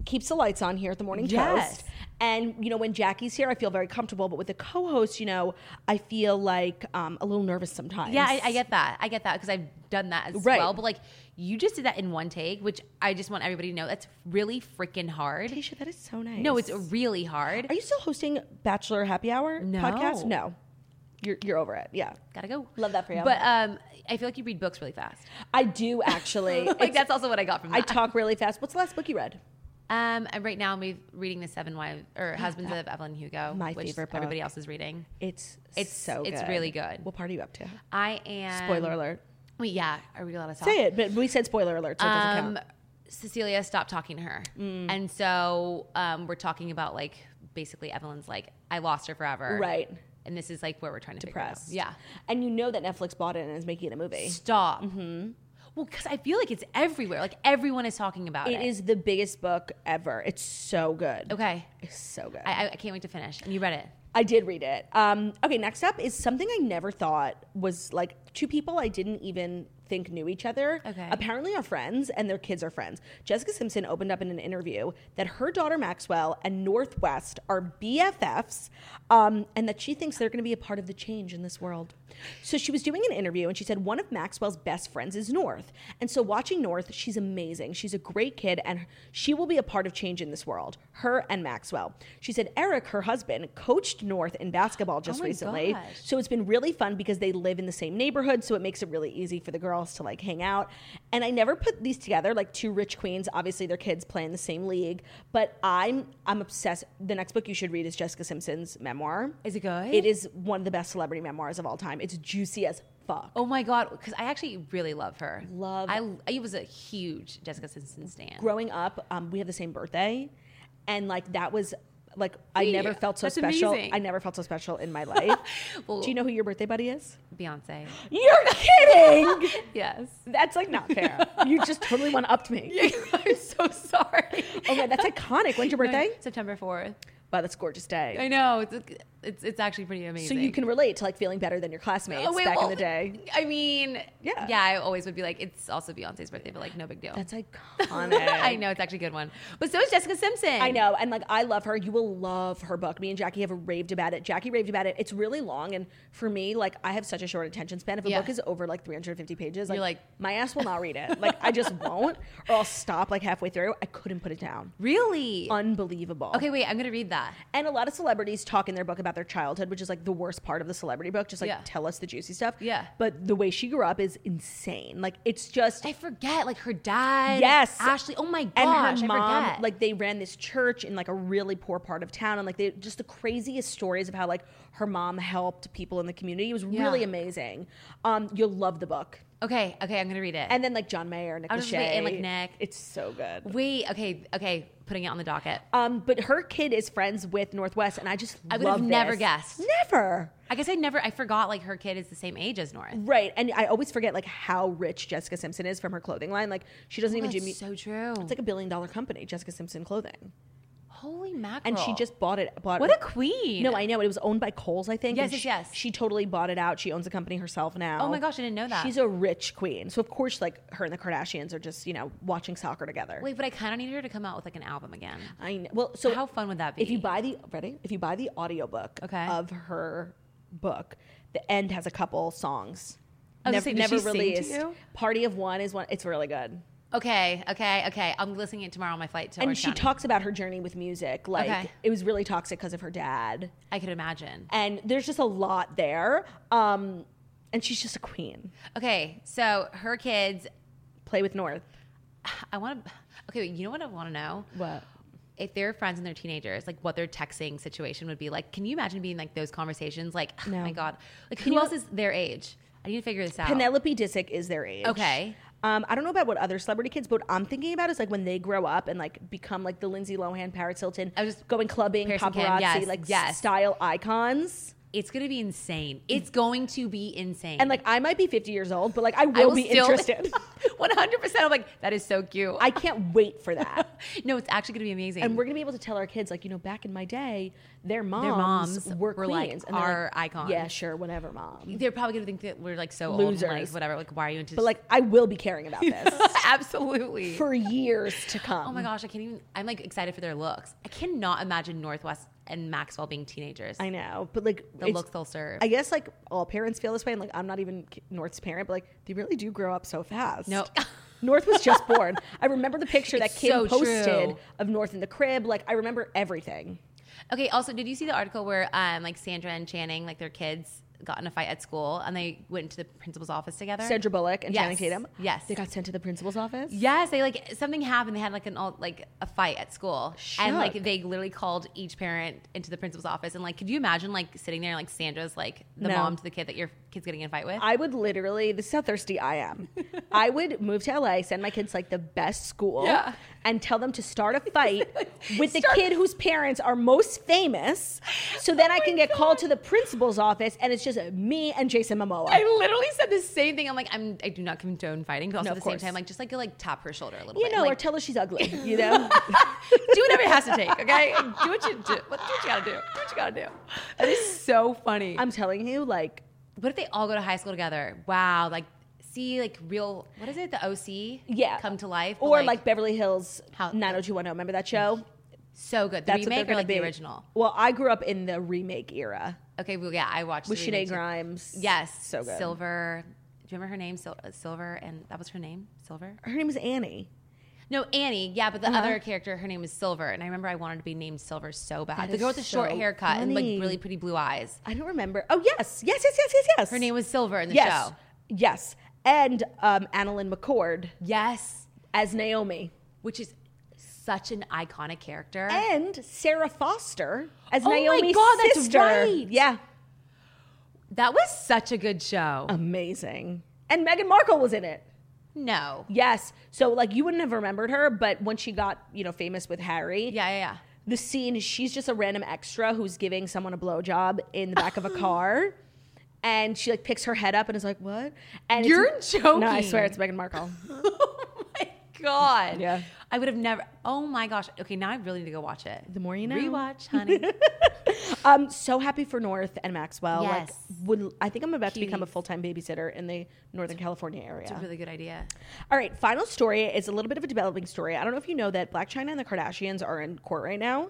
Speaker 1: keeps the lights on here at the morning
Speaker 2: Yes.
Speaker 1: toast. And you know, when Jackie's here, I feel very comfortable. But with a co-host, you know, I feel like um, a little nervous sometimes.
Speaker 2: Yeah, I, I get that. I get that because I've done that as
Speaker 1: Right.
Speaker 2: well. But like, you just did that in one take, which I just want everybody to know that's really freaking hard.
Speaker 1: Tisha, that is so nice.
Speaker 2: No, it's really hard.
Speaker 1: Are you still hosting Bachelor Happy Hour
Speaker 2: No.
Speaker 1: podcast? No. You're you're over it. Yeah.
Speaker 2: Gotta go.
Speaker 1: Love that for you.
Speaker 2: But um, I feel like you read books really fast.
Speaker 1: I do actually.
Speaker 2: Like
Speaker 1: It's-
Speaker 2: that's also what I got from that.
Speaker 1: I talk really fast. What's the last book you read?
Speaker 2: Um, and right now I'm re- reading the Seven Wives or Husbands of Evelyn Hugo,
Speaker 1: My
Speaker 2: which
Speaker 1: favorite
Speaker 2: everybody
Speaker 1: book.
Speaker 2: else is reading.
Speaker 1: It's
Speaker 2: It's-
Speaker 1: so
Speaker 2: it's
Speaker 1: good. Um,
Speaker 2: really good.
Speaker 1: What part are you up to?
Speaker 2: I am
Speaker 1: Spoiler alert.
Speaker 2: Wait, yeah, are we allowed to talk?
Speaker 1: Say it, but we said spoiler alert, so it doesn't
Speaker 2: Um,
Speaker 1: count.
Speaker 2: Cecilia stopped talking to her, and so um, we're talking about like basically Evelyn's like I lost her forever,
Speaker 1: Right.
Speaker 2: And this is like where we're trying to
Speaker 1: Depressed.
Speaker 2: figure it out. Yeah.
Speaker 1: And you know that Netflix bought it and is making it a movie.
Speaker 2: Stop. Well, because I feel like it's everywhere. Like everyone is talking about it.
Speaker 1: It is the biggest book ever. It's so good.
Speaker 2: okay.
Speaker 1: It's so good. I,
Speaker 2: I, I- I can't wait to finish. And you read it.
Speaker 1: did read it. Um, okay, next up is something I never thought was like two people I didn't even think knew each other.
Speaker 2: Okay.
Speaker 1: Apparently are friends and their kids are friends. Jessica Simpson opened up in an interview that her daughter Maxwell and Northwest are BFFs um, and that she thinks they're going to be a part of the change in this world. So she was doing an interview and she said one of Maxwell's best friends is North. And so watching North, she's amazing. She's a great kid and she will be a part of change in this world. Her and Maxwell. She said Eric, her husband, coached North in basketball just
Speaker 2: Oh my
Speaker 1: recently.
Speaker 2: gosh.
Speaker 1: So it's been really fun because they live in the same neighborhood, so it makes it really easy for the girls to like hang out. And I never put these together, like two rich queens. Obviously, their kids play in the same league, but I'm I'm obsessed. The next book you should read is Jessica Simpson's memoir.
Speaker 2: Is it good?
Speaker 1: It is one of the best celebrity memoirs of all time. It's juicy as fuck.
Speaker 2: Oh my god, because I actually really love her.
Speaker 1: Love-
Speaker 2: I, I was a huge Jessica Simpson stan.
Speaker 1: Growing up, um, we have the same birthday, and like that was. Like I
Speaker 2: Wait,
Speaker 1: never felt so
Speaker 2: that's
Speaker 1: special.
Speaker 2: amazing.
Speaker 1: I never felt so special in my life.
Speaker 2: Well-
Speaker 1: Do you know who your birthday buddy is?
Speaker 2: Beyonce.
Speaker 1: You're kidding.
Speaker 2: Yes.
Speaker 1: That's like not fair. you just totally one upped me.
Speaker 2: I'm so sorry.
Speaker 1: Oh my, that's iconic. When's your birthday?
Speaker 2: September fourth.
Speaker 1: Wow, that's a gorgeous day.
Speaker 2: I know it's it's it's actually pretty amazing.
Speaker 1: So you can relate to like feeling better than your classmates
Speaker 2: Oh, wait,
Speaker 1: back
Speaker 2: well,
Speaker 1: in the day.
Speaker 2: I mean,
Speaker 1: Yeah.
Speaker 2: yeah, yeah. I always would be like, it's also Beyonce's birthday, but like, no big deal.
Speaker 1: That's iconic.
Speaker 2: I know it's actually a good one, but so is Jessica Simpson.
Speaker 1: I know, and like I love her. You will love her book. Me and Jackie have raved about it. Jackie raved about it. It's really long, and for me, like I have such a short attention span. If a
Speaker 2: Yeah.
Speaker 1: book is over like 350 pages, like,
Speaker 2: You're like-
Speaker 1: my ass will not read it. Like I just won't, or I'll stop like halfway through. I couldn't put it down.
Speaker 2: Really?
Speaker 1: Unbelievable.
Speaker 2: okay, wait. I'm gonna read that.
Speaker 1: And a lot of celebrities talk in their book about their childhood, which is like the worst part of the celebrity book. Just like
Speaker 2: Yeah.
Speaker 1: tell us the juicy stuff.
Speaker 2: Yeah.
Speaker 1: But the way she grew up is insane. Like it's just
Speaker 2: I forget, like her dad.
Speaker 1: yes,
Speaker 2: Ashley. Oh my
Speaker 1: And
Speaker 2: gosh,
Speaker 1: her
Speaker 2: I
Speaker 1: mom,
Speaker 2: forget.
Speaker 1: like they ran this church in like a really poor part of town, and like they just the craziest stories of how like her mom helped people in the community. It was
Speaker 2: Yeah.
Speaker 1: really amazing. Um, you'll love the book.
Speaker 2: okay, okay, I'm gonna read it.
Speaker 1: And then like John Mayer, Nick
Speaker 2: I was just waiting,
Speaker 1: Lachey.
Speaker 2: like, Nick.
Speaker 1: It's so good.
Speaker 2: wait, okay, okay, putting it on the docket.
Speaker 1: Um, but her kid is friends with Northwest, and I just
Speaker 2: I would
Speaker 1: love
Speaker 2: have never
Speaker 1: this.
Speaker 2: guessed.
Speaker 1: Never.
Speaker 2: I guess I never. I forgot like her kid is the same age as North.
Speaker 1: Right. And I always forget like how rich Jessica Simpson is from her clothing line. Like she doesn't even do me-
Speaker 2: Oh, That's so true.
Speaker 1: it's like a billion dollar company, Jessica Simpson clothing.
Speaker 2: holy mackerel.
Speaker 1: And she just bought it bought
Speaker 2: what a queen.
Speaker 1: No, I know. It was owned by Kohl's, I think.
Speaker 2: Yes,
Speaker 1: and
Speaker 2: yes,
Speaker 1: she,
Speaker 2: yes.
Speaker 1: She totally bought it out. She owns the company herself now.
Speaker 2: Oh my gosh, I didn't know that.
Speaker 1: She's a rich queen. So of course like her and the Kardashians are just, you know, watching soccer together.
Speaker 2: Wait, but I kind of need her to come out with like an album again.
Speaker 1: I know. Well, so
Speaker 2: How fun would that be?
Speaker 1: If you buy the ready, if you buy the audiobook
Speaker 2: Okay.
Speaker 1: of her book, the end has a couple songs.
Speaker 2: I was
Speaker 1: Nev-
Speaker 2: gonna say, does she sing to you?
Speaker 1: Party of One is one. It's really good.
Speaker 2: Okay, okay, okay. I'm listening to it tomorrow on my flight to.
Speaker 1: and
Speaker 2: Orange
Speaker 1: she
Speaker 2: County.
Speaker 1: talks about her journey with music. Like
Speaker 2: Okay.
Speaker 1: it was really toxic because of her dad,
Speaker 2: I could imagine.
Speaker 1: and there's just a lot there. Um, and she's just a queen.
Speaker 2: Okay, so her kids.
Speaker 1: Play with North.
Speaker 2: I want to. Okay, wait, you know what I want to know?
Speaker 1: What?
Speaker 2: If they're friends and they're teenagers, like what their texting situation would be like. Can you imagine being like those conversations? Like, oh
Speaker 1: No.
Speaker 2: my god, like who
Speaker 1: you-
Speaker 2: else is their age? I need to figure this out.
Speaker 1: Penelope Disick is their age.
Speaker 2: Okay.
Speaker 1: Um, I don't know about what other celebrity kids, but what I'm thinking about is like when they grow up and like become like the Lindsay Lohan, Paris Hilton.
Speaker 2: I was just-
Speaker 1: going clubbing,
Speaker 2: Paris and Kim,
Speaker 1: paparazzi,
Speaker 2: yes,
Speaker 1: like
Speaker 2: yes.
Speaker 1: style icons.
Speaker 2: it's gonna be insane. It's going to be insane.
Speaker 1: And like I might be 50 years old, but like I will, be interested.
Speaker 2: One hundred percent. I'm like, that is so cute.
Speaker 1: I can't wait for that.
Speaker 2: no, it's actually gonna be amazing.
Speaker 1: And we're gonna be able to tell our kids, like, you know, back in my day, their moms,
Speaker 2: moms
Speaker 1: were,
Speaker 2: were, like,
Speaker 1: queens. they're
Speaker 2: our icons.
Speaker 1: Yeah, sure, whatever, mom.
Speaker 2: they're probably gonna think that we're like so old and like
Speaker 1: Losers.
Speaker 2: whatever. Like, why are you into?
Speaker 1: But like, I will be caring about this
Speaker 2: absolutely.
Speaker 1: for years to come.
Speaker 2: oh my gosh, I can't even. I'm like excited for their looks. I cannot imagine Northwest and Maxwell being teenagers.
Speaker 1: I know, but like,
Speaker 2: Oh the
Speaker 1: it's-
Speaker 2: looks they'll serve.
Speaker 1: I guess like all parents feel this way, and like I'm not even K- North's parent, but like they really do grow up so fast.
Speaker 2: No.
Speaker 1: North was just born. I remember the picture that
Speaker 2: It's
Speaker 1: Kim
Speaker 2: so
Speaker 1: posted
Speaker 2: true.
Speaker 1: of North in the crib. Like I remember everything.
Speaker 2: Okay. Also, did you see the article where um, like Sandra and Channing, like their kids, got in a fight at school and they went into the principal's office together?
Speaker 1: Sandra Bullock and
Speaker 2: Yes.
Speaker 1: Channing Tatum.
Speaker 2: Yes.
Speaker 1: they got sent to the principal's office.
Speaker 2: Yes, they like something happened. They had like an all like a fight at school, and like
Speaker 1: Shook.
Speaker 2: they literally called each parent into the principal's office. And like, could you imagine like sitting there like Sandra's like the
Speaker 1: No.
Speaker 2: mom to the kid that your kid's getting in a fight with?
Speaker 1: I would literally, this is how thirsty I am. I would move to LA, send my kids to, like the best school,
Speaker 2: Yeah.
Speaker 1: and tell them to start a fight with the
Speaker 2: Start- Oh
Speaker 1: kid whose parents are most famous. So then I can get called to the principal's office, and it's just me and Jason Momoa.
Speaker 2: I literally said the same thing. I'm like, I'm I do not condone fighting, but also
Speaker 1: No,
Speaker 2: at
Speaker 1: of
Speaker 2: the same
Speaker 1: course.
Speaker 2: time, like just like go, like tap her shoulder a little
Speaker 1: you
Speaker 2: bit.
Speaker 1: know,
Speaker 2: like,
Speaker 1: or tell her she's ugly, you know?
Speaker 2: do whatever it has to take. Okay, Like, do what you do. What, do what you gotta do. Do what you gotta do. That is so funny.
Speaker 1: I'm telling you, like,
Speaker 2: what if they all go to high school together? Wow, like see like real. What is it? The OC.
Speaker 1: yeah.
Speaker 2: Come to life. but,
Speaker 1: Or like, Beverly Hills
Speaker 2: How-
Speaker 1: 90210. Remember that show?
Speaker 2: so good. The
Speaker 1: That's what they're
Speaker 2: remake or
Speaker 1: gonna
Speaker 2: like
Speaker 1: be.
Speaker 2: the original.
Speaker 1: Well, I grew up in the remake era
Speaker 2: Okay, well, yeah, I watched
Speaker 1: with
Speaker 2: the
Speaker 1: Sinead
Speaker 2: remake too.
Speaker 1: Grimes.
Speaker 2: Yes,
Speaker 1: So good.
Speaker 2: Silver. Do you remember her name? Sil- uh, Silver, and that was her name, Silver.
Speaker 1: Her name is Annie.
Speaker 2: No, Annie. Yeah, but the
Speaker 1: Uh-huh.
Speaker 2: other character, her name was Silver, and I remember I wanted to be named Silver so bad.
Speaker 1: That
Speaker 2: the girl
Speaker 1: is
Speaker 2: with the short
Speaker 1: so
Speaker 2: haircut and
Speaker 1: funny.
Speaker 2: like really pretty blue eyes.
Speaker 1: I don't remember. Oh yes, yes, yes, yes, yes, yes.
Speaker 2: Her name was Silver in the
Speaker 1: yes,
Speaker 2: show.
Speaker 1: yes, and um, Annalyn McCord
Speaker 2: Yes,
Speaker 1: as Naomi,
Speaker 2: which is such an iconic character.
Speaker 1: and Sarah Foster as
Speaker 2: Oh my
Speaker 1: Naomi's
Speaker 2: God, that's
Speaker 1: sister.
Speaker 2: right.
Speaker 1: Yeah,
Speaker 2: that was such a good show.
Speaker 1: Um. amazing. And Meghan Markle was in it.
Speaker 2: no.
Speaker 1: Yes, so like you wouldn't have remembered her, but when she got you know famous with Harry,
Speaker 2: Yeah, yeah, yeah.
Speaker 1: the scene she's just a random extra who's giving someone a blowjob in the back of a car. And she like picks her head up and is like, "What?" And it's-
Speaker 2: You're joking.
Speaker 1: No, I swear it's Meghan Markle.
Speaker 2: oh my god.
Speaker 1: Yeah.
Speaker 2: I would have never. Oh my gosh. Okay, now I really need to go watch it.
Speaker 1: The more you know.
Speaker 2: Rewatch, honey.
Speaker 1: Um, so happy for North and Maxwell. Like,
Speaker 2: Yes.
Speaker 1: would I think I'm about to become a
Speaker 2: Cuties.
Speaker 1: full time babysitter in the Northern California area.
Speaker 2: Really good idea.
Speaker 1: All right, final story is a little bit of a developing story. I don't know if you know that Black China and the Kardashians are in court right now.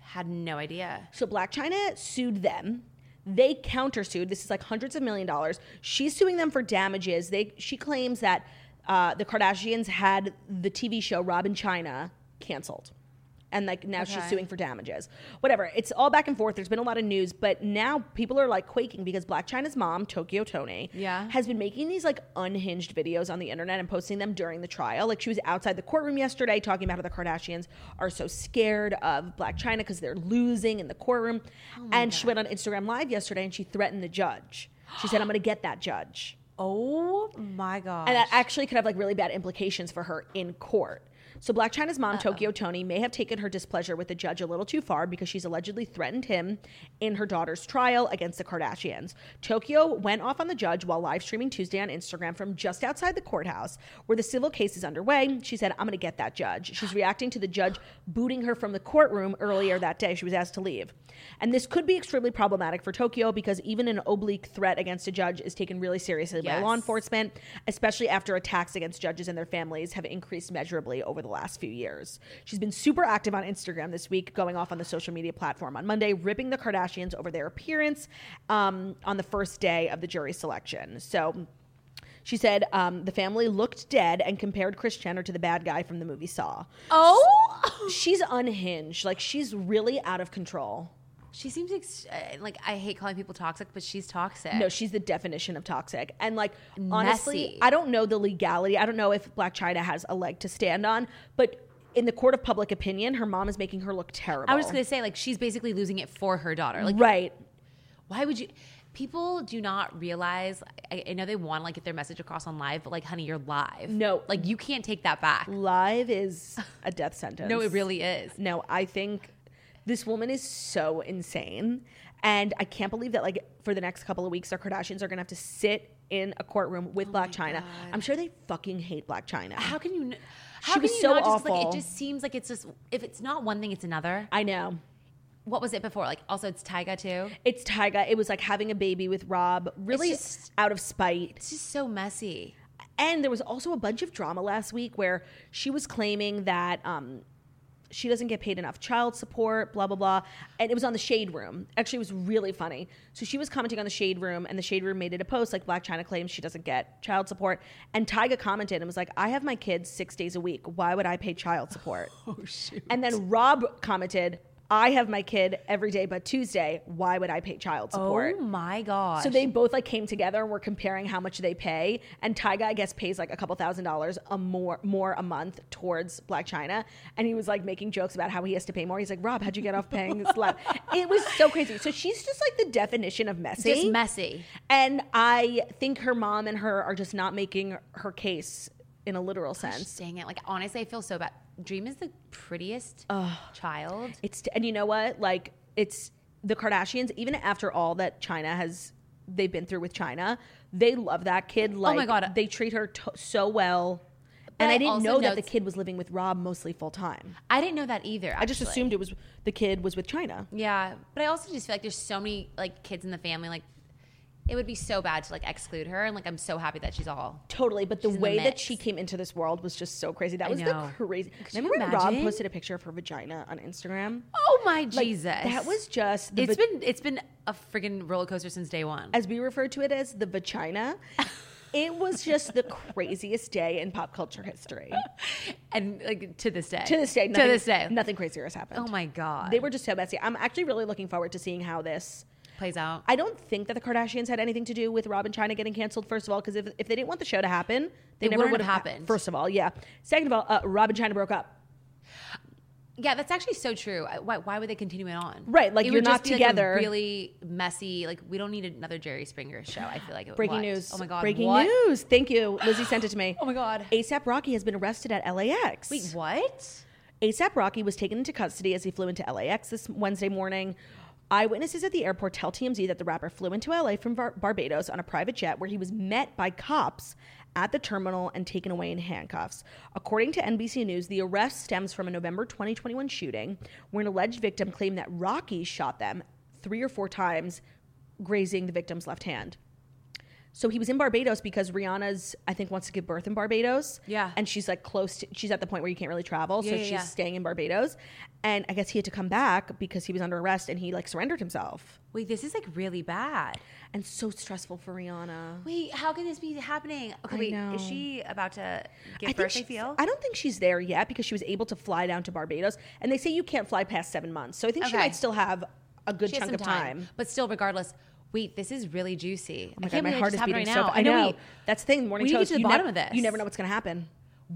Speaker 2: Had no idea.
Speaker 1: So Black China sued them. They countersued. This is like hundreds of million dollars. She's suing them for damages. They she claims that uh, the Kardashians had the TV show Robin China canceled. And like now she's
Speaker 2: Okay.
Speaker 1: suing for damages. Whatever. It's all back and forth. There's been a lot of news, but now people are like quaking because Black China's mom, Tokyo Tony,
Speaker 2: Yeah.
Speaker 1: has been making these like unhinged videos on the internet and posting them during the trial. Like she was outside the courtroom yesterday talking about how the Kardashians are so scared of Black China because they're losing in the courtroom. and she went on Instagram Live yesterday and she threatened the judge. She said, "I'm going to get that judge,"
Speaker 2: Oh my gosh.
Speaker 1: and that actually could have like really bad implications for her in court. So Black China's mom, Tokyo Tony, may have taken her displeasure with the judge a little too far because she's allegedly threatened him in her daughter's trial against the Kardashians. Tokyo went off on the judge while live streaming Tuesday on Instagram from just outside the courthouse where the civil case is underway. She said, "I'm going to get that judge." She's reacting to the judge booting her from the courtroom earlier that day. She was asked to leave. And this could be extremely problematic for Tokyo because even an oblique threat against a judge is taken really seriously by law
Speaker 2: Yes.
Speaker 1: enforcement enforcement, especially after attacks against judges and their families have increased measurably over the last few years. She's been super active on Instagram this week, going off on the social media platform on Monday, ripping the Kardashians over their appearance um, on the first day of the jury selection. So. She said um, the family looked dead and compared Chris Jenner to the bad guy from the movie Saw.
Speaker 2: oh.
Speaker 1: She's unhinged. Like, she's really out of control.
Speaker 2: She seems ex- uh, like I hate calling people toxic, but she's toxic.
Speaker 1: No, she's the definition of toxic. And like honestly,
Speaker 2: Messy.
Speaker 1: I don't know the legality. I don't know if Black China has a leg to stand on, but in the court of public opinion, her mom is making her look terrible.
Speaker 2: I was just gonna say, like, she's basically losing it for her daughter. Like,
Speaker 1: Right.
Speaker 2: why would you? People do not realize. I, I know they want to like get their message across on live, but like, honey, you're live.
Speaker 1: No.
Speaker 2: like you can't take that back.
Speaker 1: Live is a death sentence.
Speaker 2: No, it really is.
Speaker 1: No, I think this woman is so insane. And I can't believe that like for the next couple of weeks, our Kardashians are gonna have to sit in a courtroom with Black China. I'm sure they fucking hate Black China.
Speaker 2: Oh How can you? kn- How can
Speaker 1: was
Speaker 2: you
Speaker 1: so
Speaker 2: not just like?
Speaker 1: awful.
Speaker 2: It just seems like it's just if it's not one thing, it's another.
Speaker 1: I know.
Speaker 2: What was it before? Like also, it's Tyga too.
Speaker 1: It's Tyga. It was like having a baby with Rob, really
Speaker 2: just-
Speaker 1: out of spite.
Speaker 2: It's just so messy.
Speaker 1: And there was also a bunch of drama last week where she was claiming that um, she doesn't get paid enough child support, blah, blah, blah. And it was on the Shade Room. Actually, it was really funny. So she was commenting on the Shade Room, and the Shade Room made it a post like Black China claims she doesn't get child support. And Tyga commented and was like, I have my kids six days a week. Why would I pay child support? Oh, shoot. And then Rob commented, I have my kid every day but Tuesday. Why would I pay child support?
Speaker 2: Oh my god.
Speaker 1: So they both like came together and were comparing how much they pay. And Tyga, I guess, pays like a couple thousand dollars a more more a month towards Black China. And he was like making jokes about how he has to pay more. He's like, Rob, how'd you get off paying this lot? It was so crazy. So she's just like the definition of messy.
Speaker 2: just messy.
Speaker 1: And I think her mom and her are just not making her case in a literal sense.
Speaker 2: Dang it! Like honestly, I feel so bad. Dream is the prettiest child.
Speaker 1: It's and you know what? Like it's the Kardashians. Even after all that China has, they've been through with China. They love that kid. Like,
Speaker 2: Oh my God.
Speaker 1: they treat her to- so well. and
Speaker 2: But
Speaker 1: I
Speaker 2: I
Speaker 1: didn't
Speaker 2: also
Speaker 1: know
Speaker 2: know
Speaker 1: that the
Speaker 2: it's-
Speaker 1: kid was living with Rob mostly full time.
Speaker 2: I didn't know that either.
Speaker 1: I just assumed it was the kid was with China.
Speaker 2: Yeah, but I also just feel like there's so many like kids in the family. Like, it would be so bad to like exclude her, and like I'm so happy that she's all.
Speaker 1: Totally, but the
Speaker 2: in the
Speaker 1: way that
Speaker 2: mix.
Speaker 1: she came into this world was just so crazy. That was the
Speaker 2: know.
Speaker 1: crazy.
Speaker 2: Could you
Speaker 1: Remember when Rob
Speaker 2: imagine?
Speaker 1: posted a picture of her vagina on Instagram?
Speaker 2: Oh my
Speaker 1: Like,
Speaker 2: Jesus!
Speaker 1: that was just the
Speaker 2: It's
Speaker 1: va-
Speaker 2: been it's been a freaking roller coaster since day one.
Speaker 1: as we refer to it as the vagina. it was just the craziest day in pop culture history.
Speaker 2: and like to this day,
Speaker 1: To this day,
Speaker 2: to
Speaker 1: nothing,
Speaker 2: this day,
Speaker 1: nothing crazier has happened.
Speaker 2: Oh my god,
Speaker 1: They were just so messy. I'm actually really looking forward to seeing how this.
Speaker 2: plays out.
Speaker 1: I don't think that the Kardashians had anything to do with Rob and China getting canceled. First of all, because if, if they didn't want the show to happen, they
Speaker 2: It
Speaker 1: never would
Speaker 2: wouldn't
Speaker 1: have
Speaker 2: have
Speaker 1: happened.
Speaker 2: happened.
Speaker 1: First of all, yeah. Second of all, uh, Rob and China broke up.
Speaker 2: yeah, that's actually so true. I- Why, why would they continue it on?
Speaker 1: Right, like,
Speaker 2: it
Speaker 1: you're
Speaker 2: would
Speaker 1: not
Speaker 2: just be, like, a
Speaker 1: together.
Speaker 2: really messy. Like we don't need another Jerry Springer show. I feel like it,
Speaker 1: Breaking
Speaker 2: what?
Speaker 1: news.
Speaker 2: Oh my god,
Speaker 1: Breaking
Speaker 2: what?
Speaker 1: news. Thank you. Lizzie sent it to me.
Speaker 2: Oh my God.
Speaker 1: ASAP Rocky has been arrested at LAX.
Speaker 2: Wait, what?
Speaker 1: ASAP Rocky was taken into custody as he flew into LAX this Wednesday morning. Eyewitnesses at the airport tell TMZ that the rapper flew into LA from Bar- Barbados on a private jet where he was met by cops at the terminal and taken away in handcuffs. According to NBC News, the arrest stems from a November 2021 shooting where an alleged victim claimed that Rocky shot them three or four times, grazing the victim's left hand. So he was in Barbados because Rihanna's, I think, wants to give birth in Barbados.
Speaker 2: Yeah.
Speaker 1: And she's like close to, she's at the point where you can't really travel. so
Speaker 2: yeah,
Speaker 1: she's
Speaker 2: yeah.
Speaker 1: staying in Barbados. And I guess he had to come back because he was under arrest and he like surrendered himself.
Speaker 2: Wait, this is like really bad.
Speaker 1: And so stressful for Rihanna.
Speaker 2: Wait, how can this be happening? Okay,
Speaker 1: I
Speaker 2: wait,
Speaker 1: know.
Speaker 2: is she about to
Speaker 1: I
Speaker 2: give
Speaker 1: think
Speaker 2: birth? I
Speaker 1: she's-
Speaker 2: feel.
Speaker 1: I don't think she's there yet because she was able to fly down to Barbados. And they say you can't fly past seven months. So I think she
Speaker 2: Okay.
Speaker 1: might still have a good
Speaker 2: She has
Speaker 1: chunk of
Speaker 2: some
Speaker 1: time.
Speaker 2: but still, regardless. Wait, this is really juicy.
Speaker 1: Oh my
Speaker 2: I
Speaker 1: God,
Speaker 2: can't
Speaker 1: my
Speaker 2: believe
Speaker 1: heart
Speaker 2: it
Speaker 1: is
Speaker 2: just
Speaker 1: beating
Speaker 2: happened right
Speaker 1: so
Speaker 2: now.
Speaker 1: fa- I know.
Speaker 2: we-
Speaker 1: That's the thing. Morning
Speaker 2: we need to
Speaker 1: Toast,
Speaker 2: get to the
Speaker 1: you
Speaker 2: bottom
Speaker 1: nev-
Speaker 2: of this.
Speaker 1: You never know what's going to happen.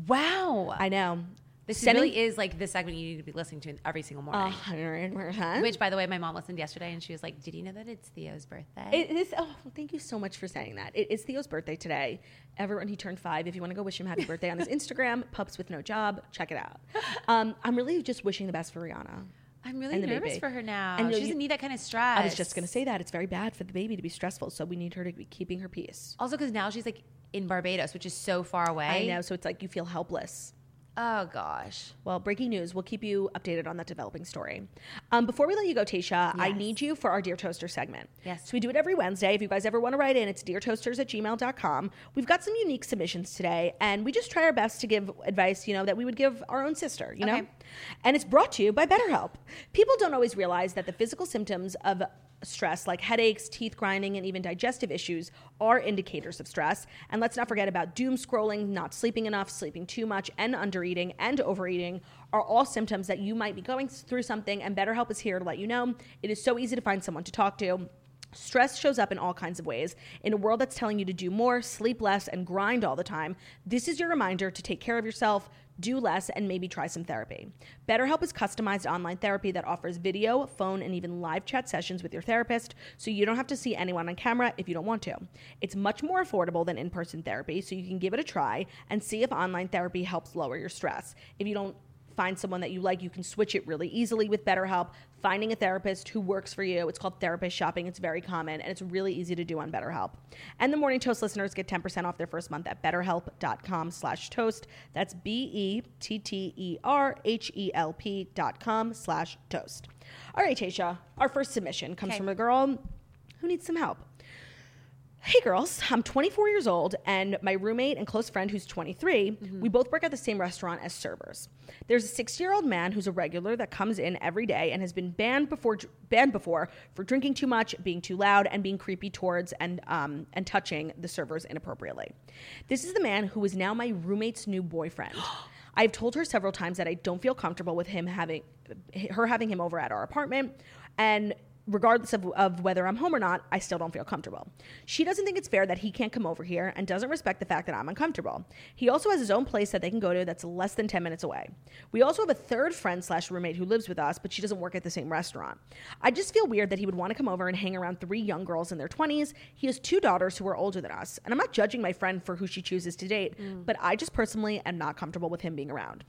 Speaker 2: Wow,
Speaker 1: I know.
Speaker 2: this
Speaker 1: Sending- Uh-huh.
Speaker 2: really is like the segment you need to be listening to every single morning.
Speaker 1: 100%.
Speaker 2: Which, by the way, my mom listened yesterday, and she was like, "Did you know that it's Theo's birthday?"
Speaker 1: It is. Oh, thank you so much for saying that. It is Theo's birthday today. Everyone, he turned five. If you want to go wish him happy birthday on his Instagram, pups with no job, check it out. Um, I'm really just wishing the best for Rihanna.
Speaker 2: I'm really
Speaker 1: and the
Speaker 2: nervous
Speaker 1: baby.
Speaker 2: for her now.
Speaker 1: And you-
Speaker 2: she doesn't
Speaker 1: you-
Speaker 2: need that kind of stress.
Speaker 1: I was just gonna say that it's very bad for the baby to be stressful, so we need her to be keeping her peace.
Speaker 2: also because now she's like in Barbados, which is so far away.
Speaker 1: I know. So it's like you feel helpless.
Speaker 2: Oh gosh.
Speaker 1: Well, breaking news. We'll keep you updated on that developing story. Um, before we let you go, Tasha, I
Speaker 2: Yes.
Speaker 1: need you for our Dear Toaster segment.
Speaker 2: Yes.
Speaker 1: So we do it every Wednesday. If you guys ever want to write in, it's deartoasters at gmail.com. We've got some unique submissions today, and we just try our best to give advice, you know, that we would give our own sister, you know?
Speaker 2: Okay.
Speaker 1: And it's brought to you by BetterHelp. People don't always realize that the physical symptoms of stress, like headaches, teeth grinding, and even digestive issues, are indicators of stress. And let's not forget about doom scrolling, not sleeping enough, sleeping too much, and undereating and overeating are all symptoms that you might be going through something. And BetterHelp is here to let you know. It is so easy to find someone to talk to. Stress shows up in all kinds of ways. In a world that's telling you to do more, sleep less, and grind all the time, this is your reminder to take care of yourself, do less, and maybe try some therapy. BetterHelp is customized online therapy that offers video, phone, and even live chat sessions with your therapist, so you don't have to see anyone on camera if you don't want to. It's much more affordable than in person therapy, so you can give it a try and see if online therapy helps lower your stress. If you don't find someone that you like. You can switch it really easily with BetterHelp. Finding a therapist who works for you. It's called therapist shopping. It's very common and it's really easy to do on BetterHelp. And the Morning Toast listeners get 10% off their first month at betterhelp.com slash toast. That's E B-E-T-T-E-R-H-E-L-P E dot com slash toast. All right, Tasha, our first submission comes
Speaker 2: Okay.
Speaker 1: from a girl who needs some help. Hey girls, I'm 24 years old, and my roommate and close friend who's 23, we both work at the same restaurant as servers. There's a six-year-old man who's a regular that comes in every day and has been banned before banned before for drinking too much, being too loud, and being creepy towards and um, and touching the servers inappropriately. This is the man who is now my roommate's new boyfriend. I've told her several times that I don't feel comfortable with him having her having him over at our apartment, and regardless of, of whether I'm home or not, I still don't feel comfortable. She doesn't think it's fair that he can't come over here and doesn't respect the fact that I'm uncomfortable. He also has his own place that they can go to that's less than 10 minutes away. We also have a third friend slash roommate who lives with us, but she doesn't work at the same restaurant. I just feel weird that he would want to come over and hang around three young girls in their 20s. He has two daughters who are older than us, and I'm not judging my friend for who she chooses to date, but I just personally am not comfortable with him being around.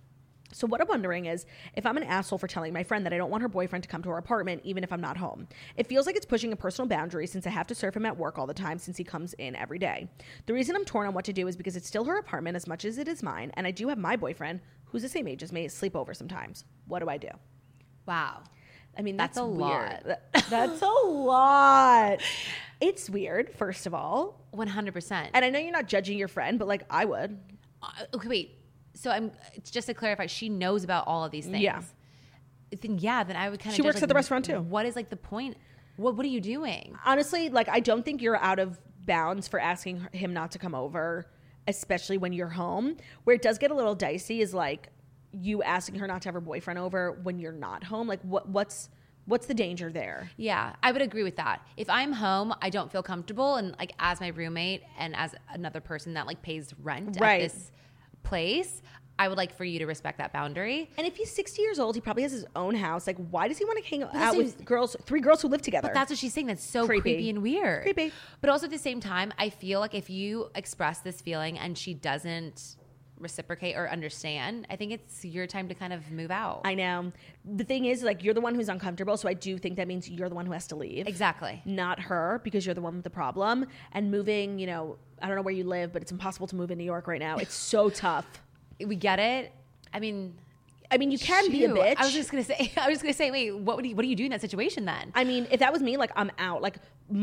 Speaker 1: So what I'm wondering is if I'm an asshole for telling my friend that I don't want her boyfriend to come to her apartment even if I'm not home. It feels like it's pushing a personal boundary since I have to serve him at work all the time since he comes in every day. The reason I'm torn on what to do is because it's still her apartment as much as it is mine and I do have my boyfriend who's the same age as me sleep over sometimes. What do I do?
Speaker 2: Wow.
Speaker 1: I mean, that's,
Speaker 2: That's a
Speaker 1: weird.
Speaker 2: lot.
Speaker 1: That- That's a lot. It's weird, first of all.
Speaker 2: 100%.
Speaker 1: And I know you're not judging your friend, but like I would.
Speaker 2: Uh, okay, wait. So I'm just to clarify, she knows about all of these things.
Speaker 1: Yeah.
Speaker 2: Then yeah, then I would kind of.
Speaker 1: She works at the restaurant, too.
Speaker 2: What is like the point? What What are you doing?
Speaker 1: honestly, like I don't think you're out of bounds for asking her- him not to come over, especially when you're home. Where it does get a little dicey is like you asking her not to have her boyfriend over when you're not home. Like what what's what's the danger there?
Speaker 2: Yeah, I would agree with that. If I'm home, I don't feel comfortable, and like as my roommate and as another person that like pays rent
Speaker 1: Right.
Speaker 2: at this place, I would like for you to respect that boundary.
Speaker 1: And if he's 60 years old, he probably has his own house. Like why does he want to hang out
Speaker 2: that's
Speaker 1: with
Speaker 2: what-
Speaker 1: girls, three girls who live together?
Speaker 2: But that's what she's saying. That's so
Speaker 1: Creepy.
Speaker 2: creepy, and weird.
Speaker 1: Creepy.
Speaker 2: But also at the same time, I feel like if you express this feeling and she doesn't reciprocate or understand, I think it's your time to kind of move out.
Speaker 1: I know. The thing is like you're the one who's uncomfortable, so I do think that means you're the one who has to leave.
Speaker 2: exactly.
Speaker 1: not her because you're the one with the problem and moving you know i don't know where you live but it's impossible to move in new york right now it's so tough
Speaker 2: We get it. I mean,
Speaker 1: i mean you can be a
Speaker 2: shoot,
Speaker 1: bitch
Speaker 2: I was just gonna say. I was just gonna say. Wait, what would you, what do you do in that situation then?
Speaker 1: I mean, if that was me, like I'm out. Like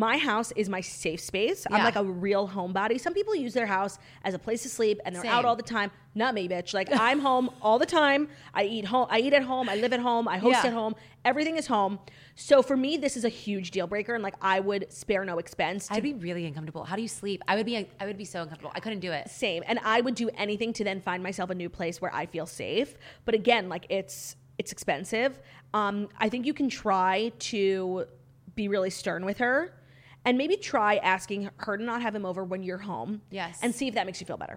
Speaker 1: my house is my safe space. I'm
Speaker 2: Yeah.
Speaker 1: like a real homebody. Some people use their house as a place to sleep and they're out
Speaker 2: Same.
Speaker 1: all the time. Not me, bitch. Like I'm home all the time. I eat home. I eat at home. I live at home. I host
Speaker 2: Yeah.
Speaker 1: at home. Everything is home. So for me, this is a huge deal breaker, and like I would spare no expense to
Speaker 2: I'd be really uncomfortable. How do you sleep? I would be. I would be so uncomfortable. I couldn't do it.
Speaker 1: same and i would do anything to then find myself a new place where i feel safe but again like it's it's expensive um i think you can try to be really stern with her and maybe try asking her to not have him over when you're home
Speaker 2: Yes.
Speaker 1: and see if that makes you feel better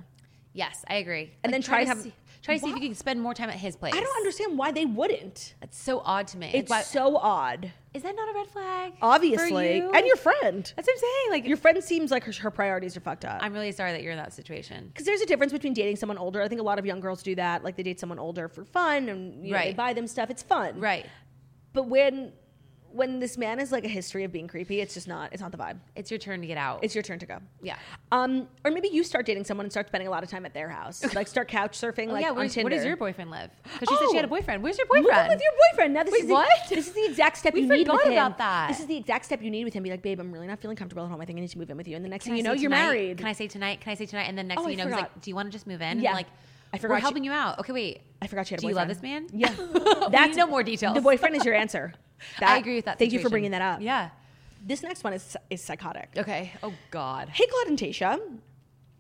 Speaker 2: Yes, I agree.
Speaker 1: And then try to have-
Speaker 2: see, try to see if you can spend more time at his place.
Speaker 1: i don't understand why they wouldn't
Speaker 2: That's so odd to me. Like,
Speaker 1: it's
Speaker 2: why-
Speaker 1: so odd
Speaker 2: is that not a red flag? for
Speaker 1: obviously
Speaker 2: you?
Speaker 1: and your friend
Speaker 2: That's what I'm saying. Like
Speaker 1: your friend seems like her, her priorities are fucked up
Speaker 2: I'm really sorry that you're in that situation.
Speaker 1: because there's a difference between dating someone older. I think a lot of young girls do that. Like they date someone older for fun, and you know, they
Speaker 2: Right.
Speaker 1: buy them stuff. It's fun,
Speaker 2: Right.
Speaker 1: but when when this man has like a history of being creepy, it's just not it's not the vibe.
Speaker 2: It's your turn to get out.
Speaker 1: It's your turn to go.
Speaker 2: yeah.
Speaker 1: Um, or maybe you start dating someone and start spending a lot of time at their house, like start couch surfing,
Speaker 2: Oh,
Speaker 1: like
Speaker 2: yeah,
Speaker 1: on
Speaker 2: where's,
Speaker 1: Tinder.
Speaker 2: where does your boyfriend live? Because she said
Speaker 1: Oh.
Speaker 2: she had a boyfriend. Where's your
Speaker 1: Move in
Speaker 2: boyfriend?
Speaker 1: with your boyfriend. Now this
Speaker 2: Wait,
Speaker 1: is the-
Speaker 2: what?
Speaker 1: this is the exact step
Speaker 2: We
Speaker 1: you need with
Speaker 2: forgot
Speaker 1: him.
Speaker 2: about that.
Speaker 1: This is the exact step you need with him. Be like, babe, I'm really not feeling comfortable at home. I think I need to move in with you. And the next
Speaker 2: Can
Speaker 1: thing
Speaker 2: I
Speaker 1: you know,
Speaker 2: say
Speaker 1: you're
Speaker 2: tonight?
Speaker 1: married.
Speaker 2: Can I say tonight? Can I say tonight? And then next
Speaker 1: Oh, I
Speaker 2: thing you know, he's
Speaker 1: forgot.
Speaker 2: like, "Do you want to just move in?" And
Speaker 1: Yeah.
Speaker 2: like,
Speaker 1: I forgot
Speaker 2: We're
Speaker 1: she-
Speaker 2: helping you out. Okay, wait.
Speaker 1: I forgot she had a
Speaker 2: Do you love this man?
Speaker 1: boyfriend. Yeah,
Speaker 2: That's, we need to know more details.
Speaker 1: The boyfriend is your answer.
Speaker 2: I agree with that.
Speaker 1: Thank you for
Speaker 2: situation.
Speaker 1: bringing that up.
Speaker 2: Yeah.
Speaker 1: This next one is is psychotic.
Speaker 2: Okay. Oh God.
Speaker 1: Hey, Claude and Tasha.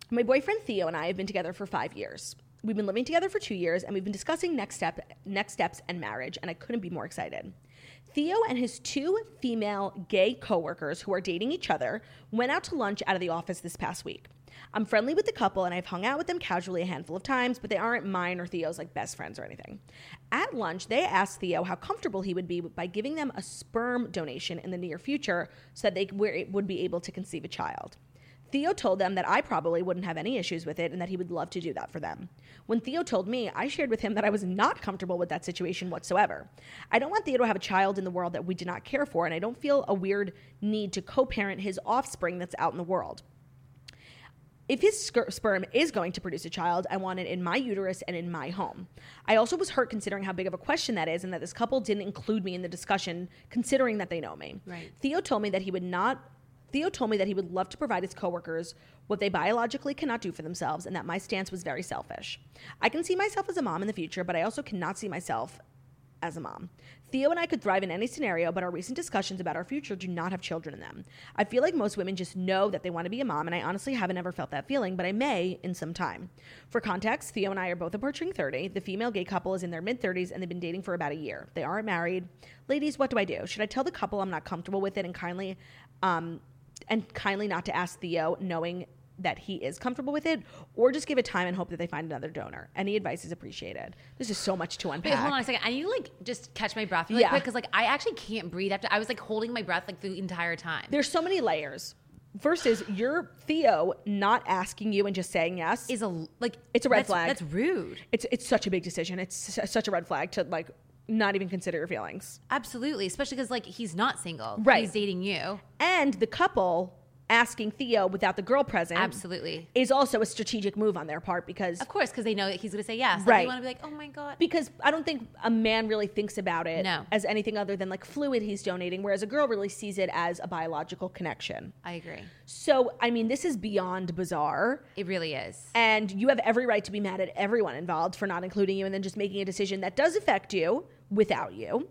Speaker 1: My boyfriend Theo and I have been together for five years. We've been living together for two years, and we've been discussing next step, next steps, and marriage. And I couldn't be more excited. Theo and his two female gay coworkers who are dating each other went out to lunch out of the office this past week. I'm friendly with the couple, and I've hung out with them casually a handful of times, but they aren't mine or Theo's like best friends or anything. At lunch, they asked Theo how comfortable he would be by giving them a sperm donation in the near future, so that they were, would be able to conceive a child. Theo told them that I probably wouldn't have any issues with it and that he would love to do that for them. When Theo told me, I shared with him that I was not comfortable with that situation whatsoever. I don't want Theo to have a child in the world that we do not care for, and I don't feel a weird need to co parent his offspring that's out in the world. If his sc- sperm is going to produce a child, I want it in my uterus and in my home. I also was hurt considering how big of a question that is and that this couple didn't include me in the discussion considering that they know me.
Speaker 2: Right.
Speaker 1: Theo told me that he would not Theo told me that he would love to provide his coworkers what they biologically cannot do for themselves and that my stance was very selfish. I can see myself as a mom in the future, but I also cannot see myself as a mom. Theo and I could thrive in any scenario, but our recent discussions about our future do not have children in them. I feel like most women just know that they want to be a mom, and I honestly haven't ever felt that feeling, but I may in some time. For context, Theo and I are both approaching 30. The female gay couple is in their mid 30s, and they've been dating for about a year. They aren't married. Ladies, what do I do? Should I tell the couple I'm not comfortable with it and kindly, um, and kindly not to ask Theo, knowing that he is comfortable with it, or just give it time and hope that they find another donor? Any advice is appreciated. There's just so much to unpack.
Speaker 2: Wait, hold on a second. I need to like just catch my breath really
Speaker 1: Yeah.
Speaker 2: quick because like I actually can't breathe after. I was like holding my breath like the entire time.
Speaker 1: There's so many layers. Versus your Theo not asking you and just saying yes.
Speaker 2: Is a like
Speaker 1: It's a red
Speaker 2: that's-
Speaker 1: flag.
Speaker 2: That's rude.
Speaker 1: it's it's such a big decision. It's s- such a red flag to like not even consider your feelings.
Speaker 2: Absolutely, especially because like he's not single.
Speaker 1: Right.
Speaker 2: he's dating you.
Speaker 1: And the couple asking Theo without the girl present
Speaker 2: Absolutely,
Speaker 1: is also a strategic move on their part because
Speaker 2: of course, because they know that he's gonna say yes. Like,
Speaker 1: Right.
Speaker 2: They want to be like, oh my god.
Speaker 1: because I don't think a man really thinks about it
Speaker 2: No.
Speaker 1: as anything other than like fluid he's donating, whereas a girl really sees it as a biological connection.
Speaker 2: I agree.
Speaker 1: So I mean, this is beyond bizarre.
Speaker 2: It really is.
Speaker 1: And you have every right to be mad at everyone involved for not including you and then just making a decision that does affect you without you.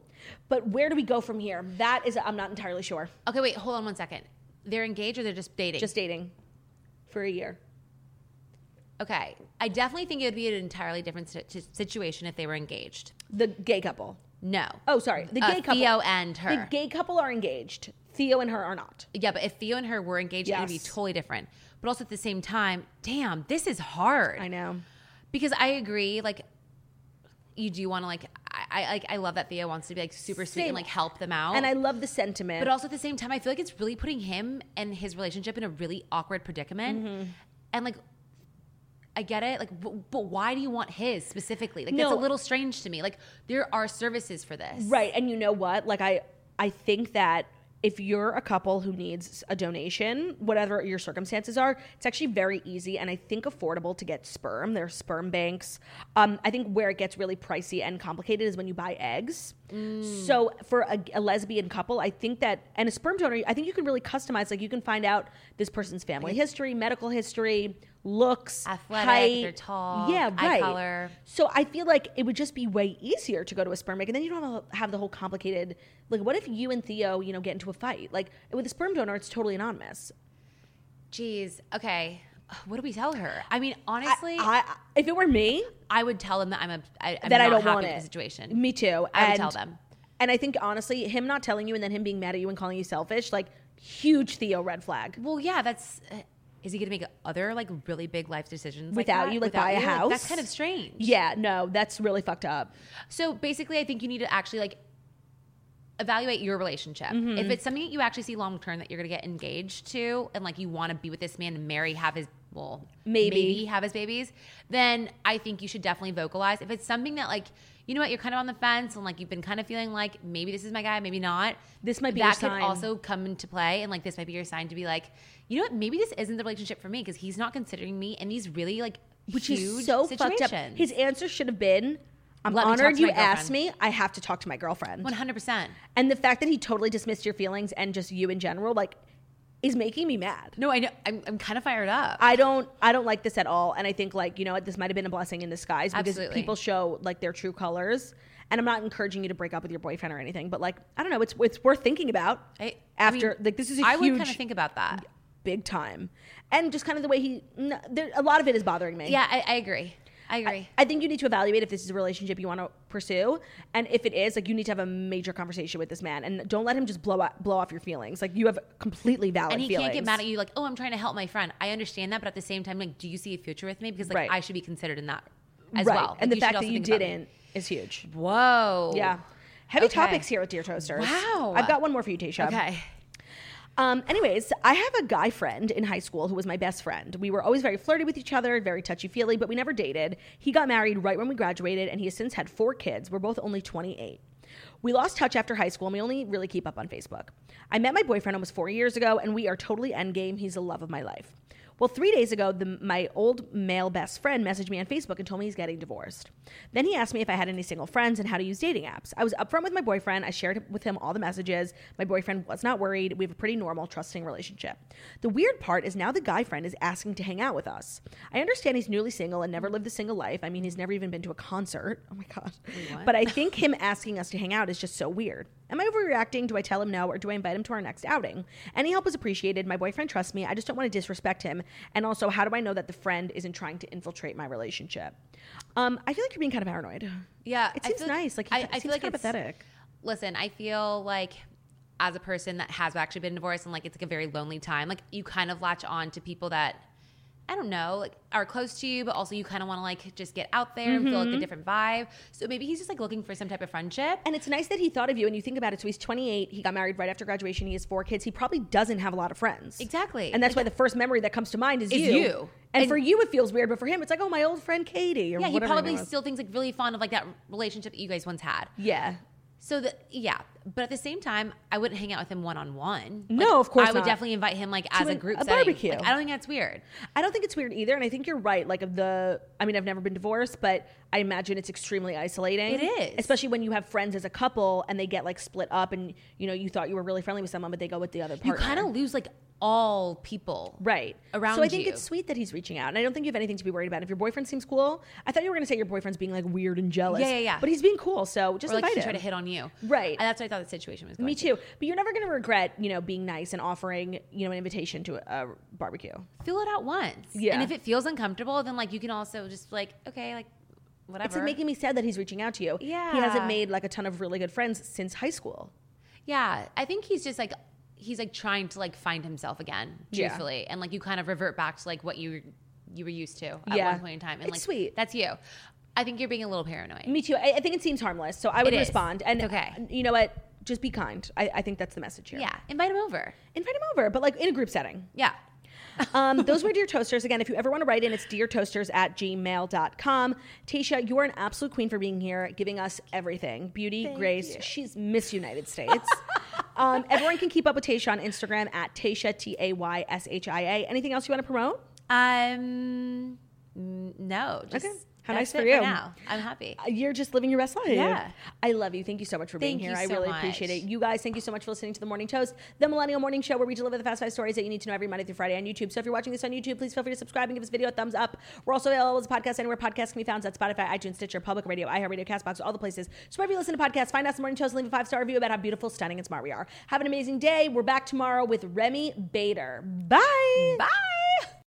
Speaker 1: But where do we go from here? That is, I'm not entirely sure.
Speaker 2: Okay, wait, hold on one second. They're engaged or they're just dating?
Speaker 1: Just dating for a year.
Speaker 2: okay. I definitely think it would be an entirely different si- situation if they were engaged.
Speaker 1: The gay couple.
Speaker 2: No.
Speaker 1: Oh, sorry. The gay
Speaker 2: Uh,
Speaker 1: couple.
Speaker 2: Theo and
Speaker 1: The
Speaker 2: her.
Speaker 1: gay couple are engaged. Theo and her are not.
Speaker 2: Yeah, but if Theo and her were engaged, it'd be
Speaker 1: Yes.
Speaker 2: totally different. But also at the same time, damn, this is hard.
Speaker 1: I know.
Speaker 2: because I agree. Like, you do want to like. I, I like. I love that Theo wants to be like super sweet
Speaker 1: Same.
Speaker 2: and like help them out.
Speaker 1: And I love the sentiment.
Speaker 2: but also at the same time, I feel like it's really putting him and his relationship in a really awkward predicament.
Speaker 1: Mm-hmm.
Speaker 2: And like, I get it. Like, but, but why do you want his specifically? Like, that's
Speaker 1: No.
Speaker 2: a little strange to me. Like, there are services for this,
Speaker 1: Right. And you know what? Like I I think that if you're a couple who needs a donation, whatever your circumstances are, it's actually very easy and I think affordable to get sperm. There are sperm banks. Um, I think where it gets really pricey and complicated is when you buy eggs. So for a, a lesbian couple, I think that and a sperm donor, I think you can really customize. Like you can find out this person's family history, medical history, looks,
Speaker 2: Athletic,
Speaker 1: height.
Speaker 2: they're tall,
Speaker 1: yeah,
Speaker 2: eye
Speaker 1: right.
Speaker 2: color.
Speaker 1: So I feel like it would just be way easier to go to a sperm bank, and then you don't have, a- have the whole complicated. Like, what if you and Theo, you know, get into a fight? Like with a sperm donor, it's totally anonymous.
Speaker 2: Jeez. Okay. What do we tell her? I mean, honestly, I,
Speaker 1: I, I, if it were me,
Speaker 2: would tell them that I'm a I, I'm
Speaker 1: that
Speaker 2: not
Speaker 1: I don't
Speaker 2: happy
Speaker 1: want
Speaker 2: with
Speaker 1: it.
Speaker 2: the situation.
Speaker 1: Me too.
Speaker 2: I would
Speaker 1: And-
Speaker 2: tell them.
Speaker 1: And I think honestly, him not telling you and then him being mad at you and calling you selfish, like huge Theo red flag.
Speaker 2: Well, yeah, that's. Uh, is he going to make other like really big life decisions like
Speaker 1: Without
Speaker 2: that?
Speaker 1: you, like, buy a
Speaker 2: That's
Speaker 1: house?
Speaker 2: kind of strange.
Speaker 1: Yeah, no, that's really fucked up.
Speaker 2: So basically, I think you need to actually like evaluate your relationship.
Speaker 1: Mm-hmm.
Speaker 2: If it's something that you actually see long term that you're going to get engaged to, and like you want to be with this man and marry, have his well,
Speaker 1: Maybe.
Speaker 2: have his babies, then I think you should definitely vocalize. If it's something that like you know what you're kind of on the fence and like you've been kind of feeling like maybe this is my guy, maybe not.
Speaker 1: This might be
Speaker 2: that
Speaker 1: your
Speaker 2: could
Speaker 1: sign.
Speaker 2: also come into play, and like this might be your sign to be like, you know what, maybe this isn't the relationship for me because he's not considering me, and these really like
Speaker 1: Which
Speaker 2: huge
Speaker 1: is so fucked up.
Speaker 2: situations.
Speaker 1: His answer should have been, "I'm
Speaker 2: Let me talk
Speaker 1: honored
Speaker 2: to my
Speaker 1: you asked me.
Speaker 2: girlfriend."
Speaker 1: I have to talk to my girlfriend."
Speaker 2: 100. percent
Speaker 1: And the fact that he totally dismissed your feelings and just you in general, like, is making me mad.
Speaker 2: No, I know. I'm, I'm kind of fired up.
Speaker 1: I don't I don't like this at all. And I think like, you know what, this might have been a blessing in disguise because
Speaker 2: Absolutely.
Speaker 1: people show like their true colors. And I'm not encouraging you to break up with your boyfriend or anything, but like, I don't know, it's it's worth thinking about
Speaker 2: I-
Speaker 1: after
Speaker 2: I mean,
Speaker 1: like this is a
Speaker 2: I
Speaker 1: huge
Speaker 2: would kind of think about that.
Speaker 1: big time. And just kind of the way he n- there, a lot of it is bothering me.
Speaker 2: Yeah, I, I agree. I agree.
Speaker 1: I think you need to evaluate if this is a relationship you want to pursue, and if it is, like you need to have a major conversation with this man, and don't let him just blow out, blow off your feelings. Like you have completely valid
Speaker 2: and he
Speaker 1: feelings.
Speaker 2: can't get mad at you like, oh, I'm trying to help my friend. I understand that, but at the same time, like, do you see a future with me? Because like,
Speaker 1: Right.
Speaker 2: I should be considered in that as
Speaker 1: right?
Speaker 2: well. Like,
Speaker 1: and the
Speaker 2: should
Speaker 1: fact
Speaker 2: also
Speaker 1: that you
Speaker 2: think about me.
Speaker 1: didn't is huge.
Speaker 2: Whoa.
Speaker 1: Yeah, heavy
Speaker 2: Okay.
Speaker 1: topics here with Dear Toasters.
Speaker 2: Wow.
Speaker 1: I've got one more for you, Tasha.
Speaker 2: Okay.
Speaker 1: Um, anyways, I have a guy friend in high school who was my best friend. We were always very flirty with each other, very touchy feely, but we never dated. He got married right when we graduated, and he has since had four kids. We're both only 28. We lost touch after high school, and we only really keep up on Facebook. I met my boyfriend almost four years ago, and we are totally endgame. He's the love of my life. Well, three days ago, the, my old male best friend messaged me on Facebook and told me he's getting divorced. Then he asked me if I had any single friends and how to use dating apps. I was upfront with my boyfriend. I shared with him all the messages. My boyfriend was not worried. We have a pretty normal, trusting relationship. The weird part is now the guy friend is asking to hang out with us. I understand he's newly single and never lived a single life. I mean, he's never even been to a concert. Oh my God. But I think him asking us to hang out is just so weird. Am I overreacting? Do I tell him no or do I invite him to our next outing? Any help is appreciated. My boyfriend trusts me. I just don't want to disrespect him. And also, how do I know that the friend isn't trying to infiltrate my relationship? Um, I feel like you're being kind of paranoid.
Speaker 2: Yeah,
Speaker 1: It
Speaker 2: I
Speaker 1: seems
Speaker 2: feel
Speaker 1: nice. Like, he
Speaker 2: I,
Speaker 1: th-
Speaker 2: I
Speaker 1: seems
Speaker 2: feel like
Speaker 1: kinda
Speaker 2: it's-
Speaker 1: pathetic.
Speaker 2: Listen, I feel like as a person that has actually been divorced and like it's like a very lonely time, like you kind of latch on to people that I don't know, like are close to you, but also you kind of want to like just get out there and feel like a different vibe. So maybe he's just like looking for some type of friendship.
Speaker 1: Mm-hmm. And it's nice that he thought of you and you think about it. So he's 28. He got married right after graduation. He has four kids. He probably doesn't have a lot of friends.
Speaker 2: Exactly.
Speaker 1: And that's why the first memory that comes to mind is,
Speaker 2: Is
Speaker 1: you.
Speaker 2: you.
Speaker 1: And,
Speaker 2: And-
Speaker 1: for you, it feels weird. But for him, it's like, oh, my old friend Katie. Or
Speaker 2: yeah, he
Speaker 1: whatever her
Speaker 2: probably
Speaker 1: name was.
Speaker 2: still thinks like really fond of like that relationship that you guys once had.
Speaker 1: Yeah.
Speaker 2: So that yeah, but at the same time, I wouldn't hang out with him one on one.
Speaker 1: No, of course
Speaker 2: I would
Speaker 1: not.
Speaker 2: definitely invite him like as a
Speaker 1: an-
Speaker 2: group
Speaker 1: a
Speaker 2: setting.
Speaker 1: barbecue.
Speaker 2: Like, I don't think that's weird.
Speaker 1: I don't think it's weird either, and I think you're right. Like of the, I mean, I've never been divorced, but I imagine it's extremely isolating.
Speaker 2: It is.
Speaker 1: especially when you have friends as a couple and they get like split up, and you know you thought you were really friendly with someone, but they go with the other partner.
Speaker 2: You kind of lose like all people.
Speaker 1: right
Speaker 2: around
Speaker 1: So I think
Speaker 2: you.
Speaker 1: it's sweet that he's reaching out, and I don't think you have anything to be worried about. If your boyfriend seems cool, I thought you were going to say your boyfriend's being like weird and jealous.
Speaker 2: Yeah, yeah, yeah.
Speaker 1: But he's being cool, so just
Speaker 2: or like
Speaker 1: invite
Speaker 2: he
Speaker 1: him.
Speaker 2: tried to hit on you.
Speaker 1: Right.
Speaker 2: And that's what I thought the situation was going.
Speaker 1: Me
Speaker 2: to.
Speaker 1: too. But you're never going to regret, you know, being nice and offering, you know, an invitation to a, a barbecue.
Speaker 2: Feel it out once.
Speaker 1: Yeah.
Speaker 2: And if it feels uncomfortable, then like you can also just like okay, like whatever.
Speaker 1: It's like making me sad that he's reaching out to you. He hasn't
Speaker 2: Yeah.
Speaker 1: made like a ton of really good friends since high school.
Speaker 2: yeah, I think he's just like he's like trying to like find himself again,
Speaker 1: Yeah.
Speaker 2: truthfully, and like you kind of revert back to like what you you were used to at
Speaker 1: Yeah.
Speaker 2: one point in time, and
Speaker 1: It's
Speaker 2: like
Speaker 1: sweet. Mm.
Speaker 2: That's you. I think you're being a little paranoid.
Speaker 1: Me too. I, I think it seems harmless, so I would
Speaker 2: It is.
Speaker 1: respond. And
Speaker 2: It's okay.
Speaker 1: you know what? Just be kind. I, I think that's the message here.
Speaker 2: yeah, invite him over.
Speaker 1: Invite him over, but like in a group setting.
Speaker 2: Yeah.
Speaker 1: Um, those were Dear Toasters. Again, if you ever want to write in, it's deartoasters at gmail.com. Tasha, you are an absolute queen for being here, giving us everything beauty, grace. She's Miss United States. um, everyone can keep up with Tasha on Instagram at Tasha, T A Y S H I A. Anything else you want to promote?
Speaker 2: Um. n- No. Just,
Speaker 1: Okay. How
Speaker 2: that's
Speaker 1: nice for
Speaker 2: it
Speaker 1: you.
Speaker 2: now. I'm happy.
Speaker 1: You're just living your best life.
Speaker 2: Yeah.
Speaker 1: I love you. Thank you so much for being
Speaker 2: Thank
Speaker 1: here.
Speaker 2: you
Speaker 1: I
Speaker 2: so
Speaker 1: really
Speaker 2: much.
Speaker 1: appreciate it. You guys, thank you so much for listening to the Morning Toast, the Millennial Morning Show, where we deliver the fast five stories that you need to know every Monday through Friday on YouTube. So if you're watching this on YouTube, please feel free to subscribe and give this video a thumbs up. We're also available as a podcast anywhere podcasts can be found so that's Spotify, iTunes, Stitcher, Public Radio, iHeartRadio, Castbox, all the places. So wherever you listen to podcasts, find us the Morning Toast, leave a five star review about how beautiful, stunning, and smart we are. Have an amazing day. We're back tomorrow with Remy Bader. Bye.
Speaker 2: Bye.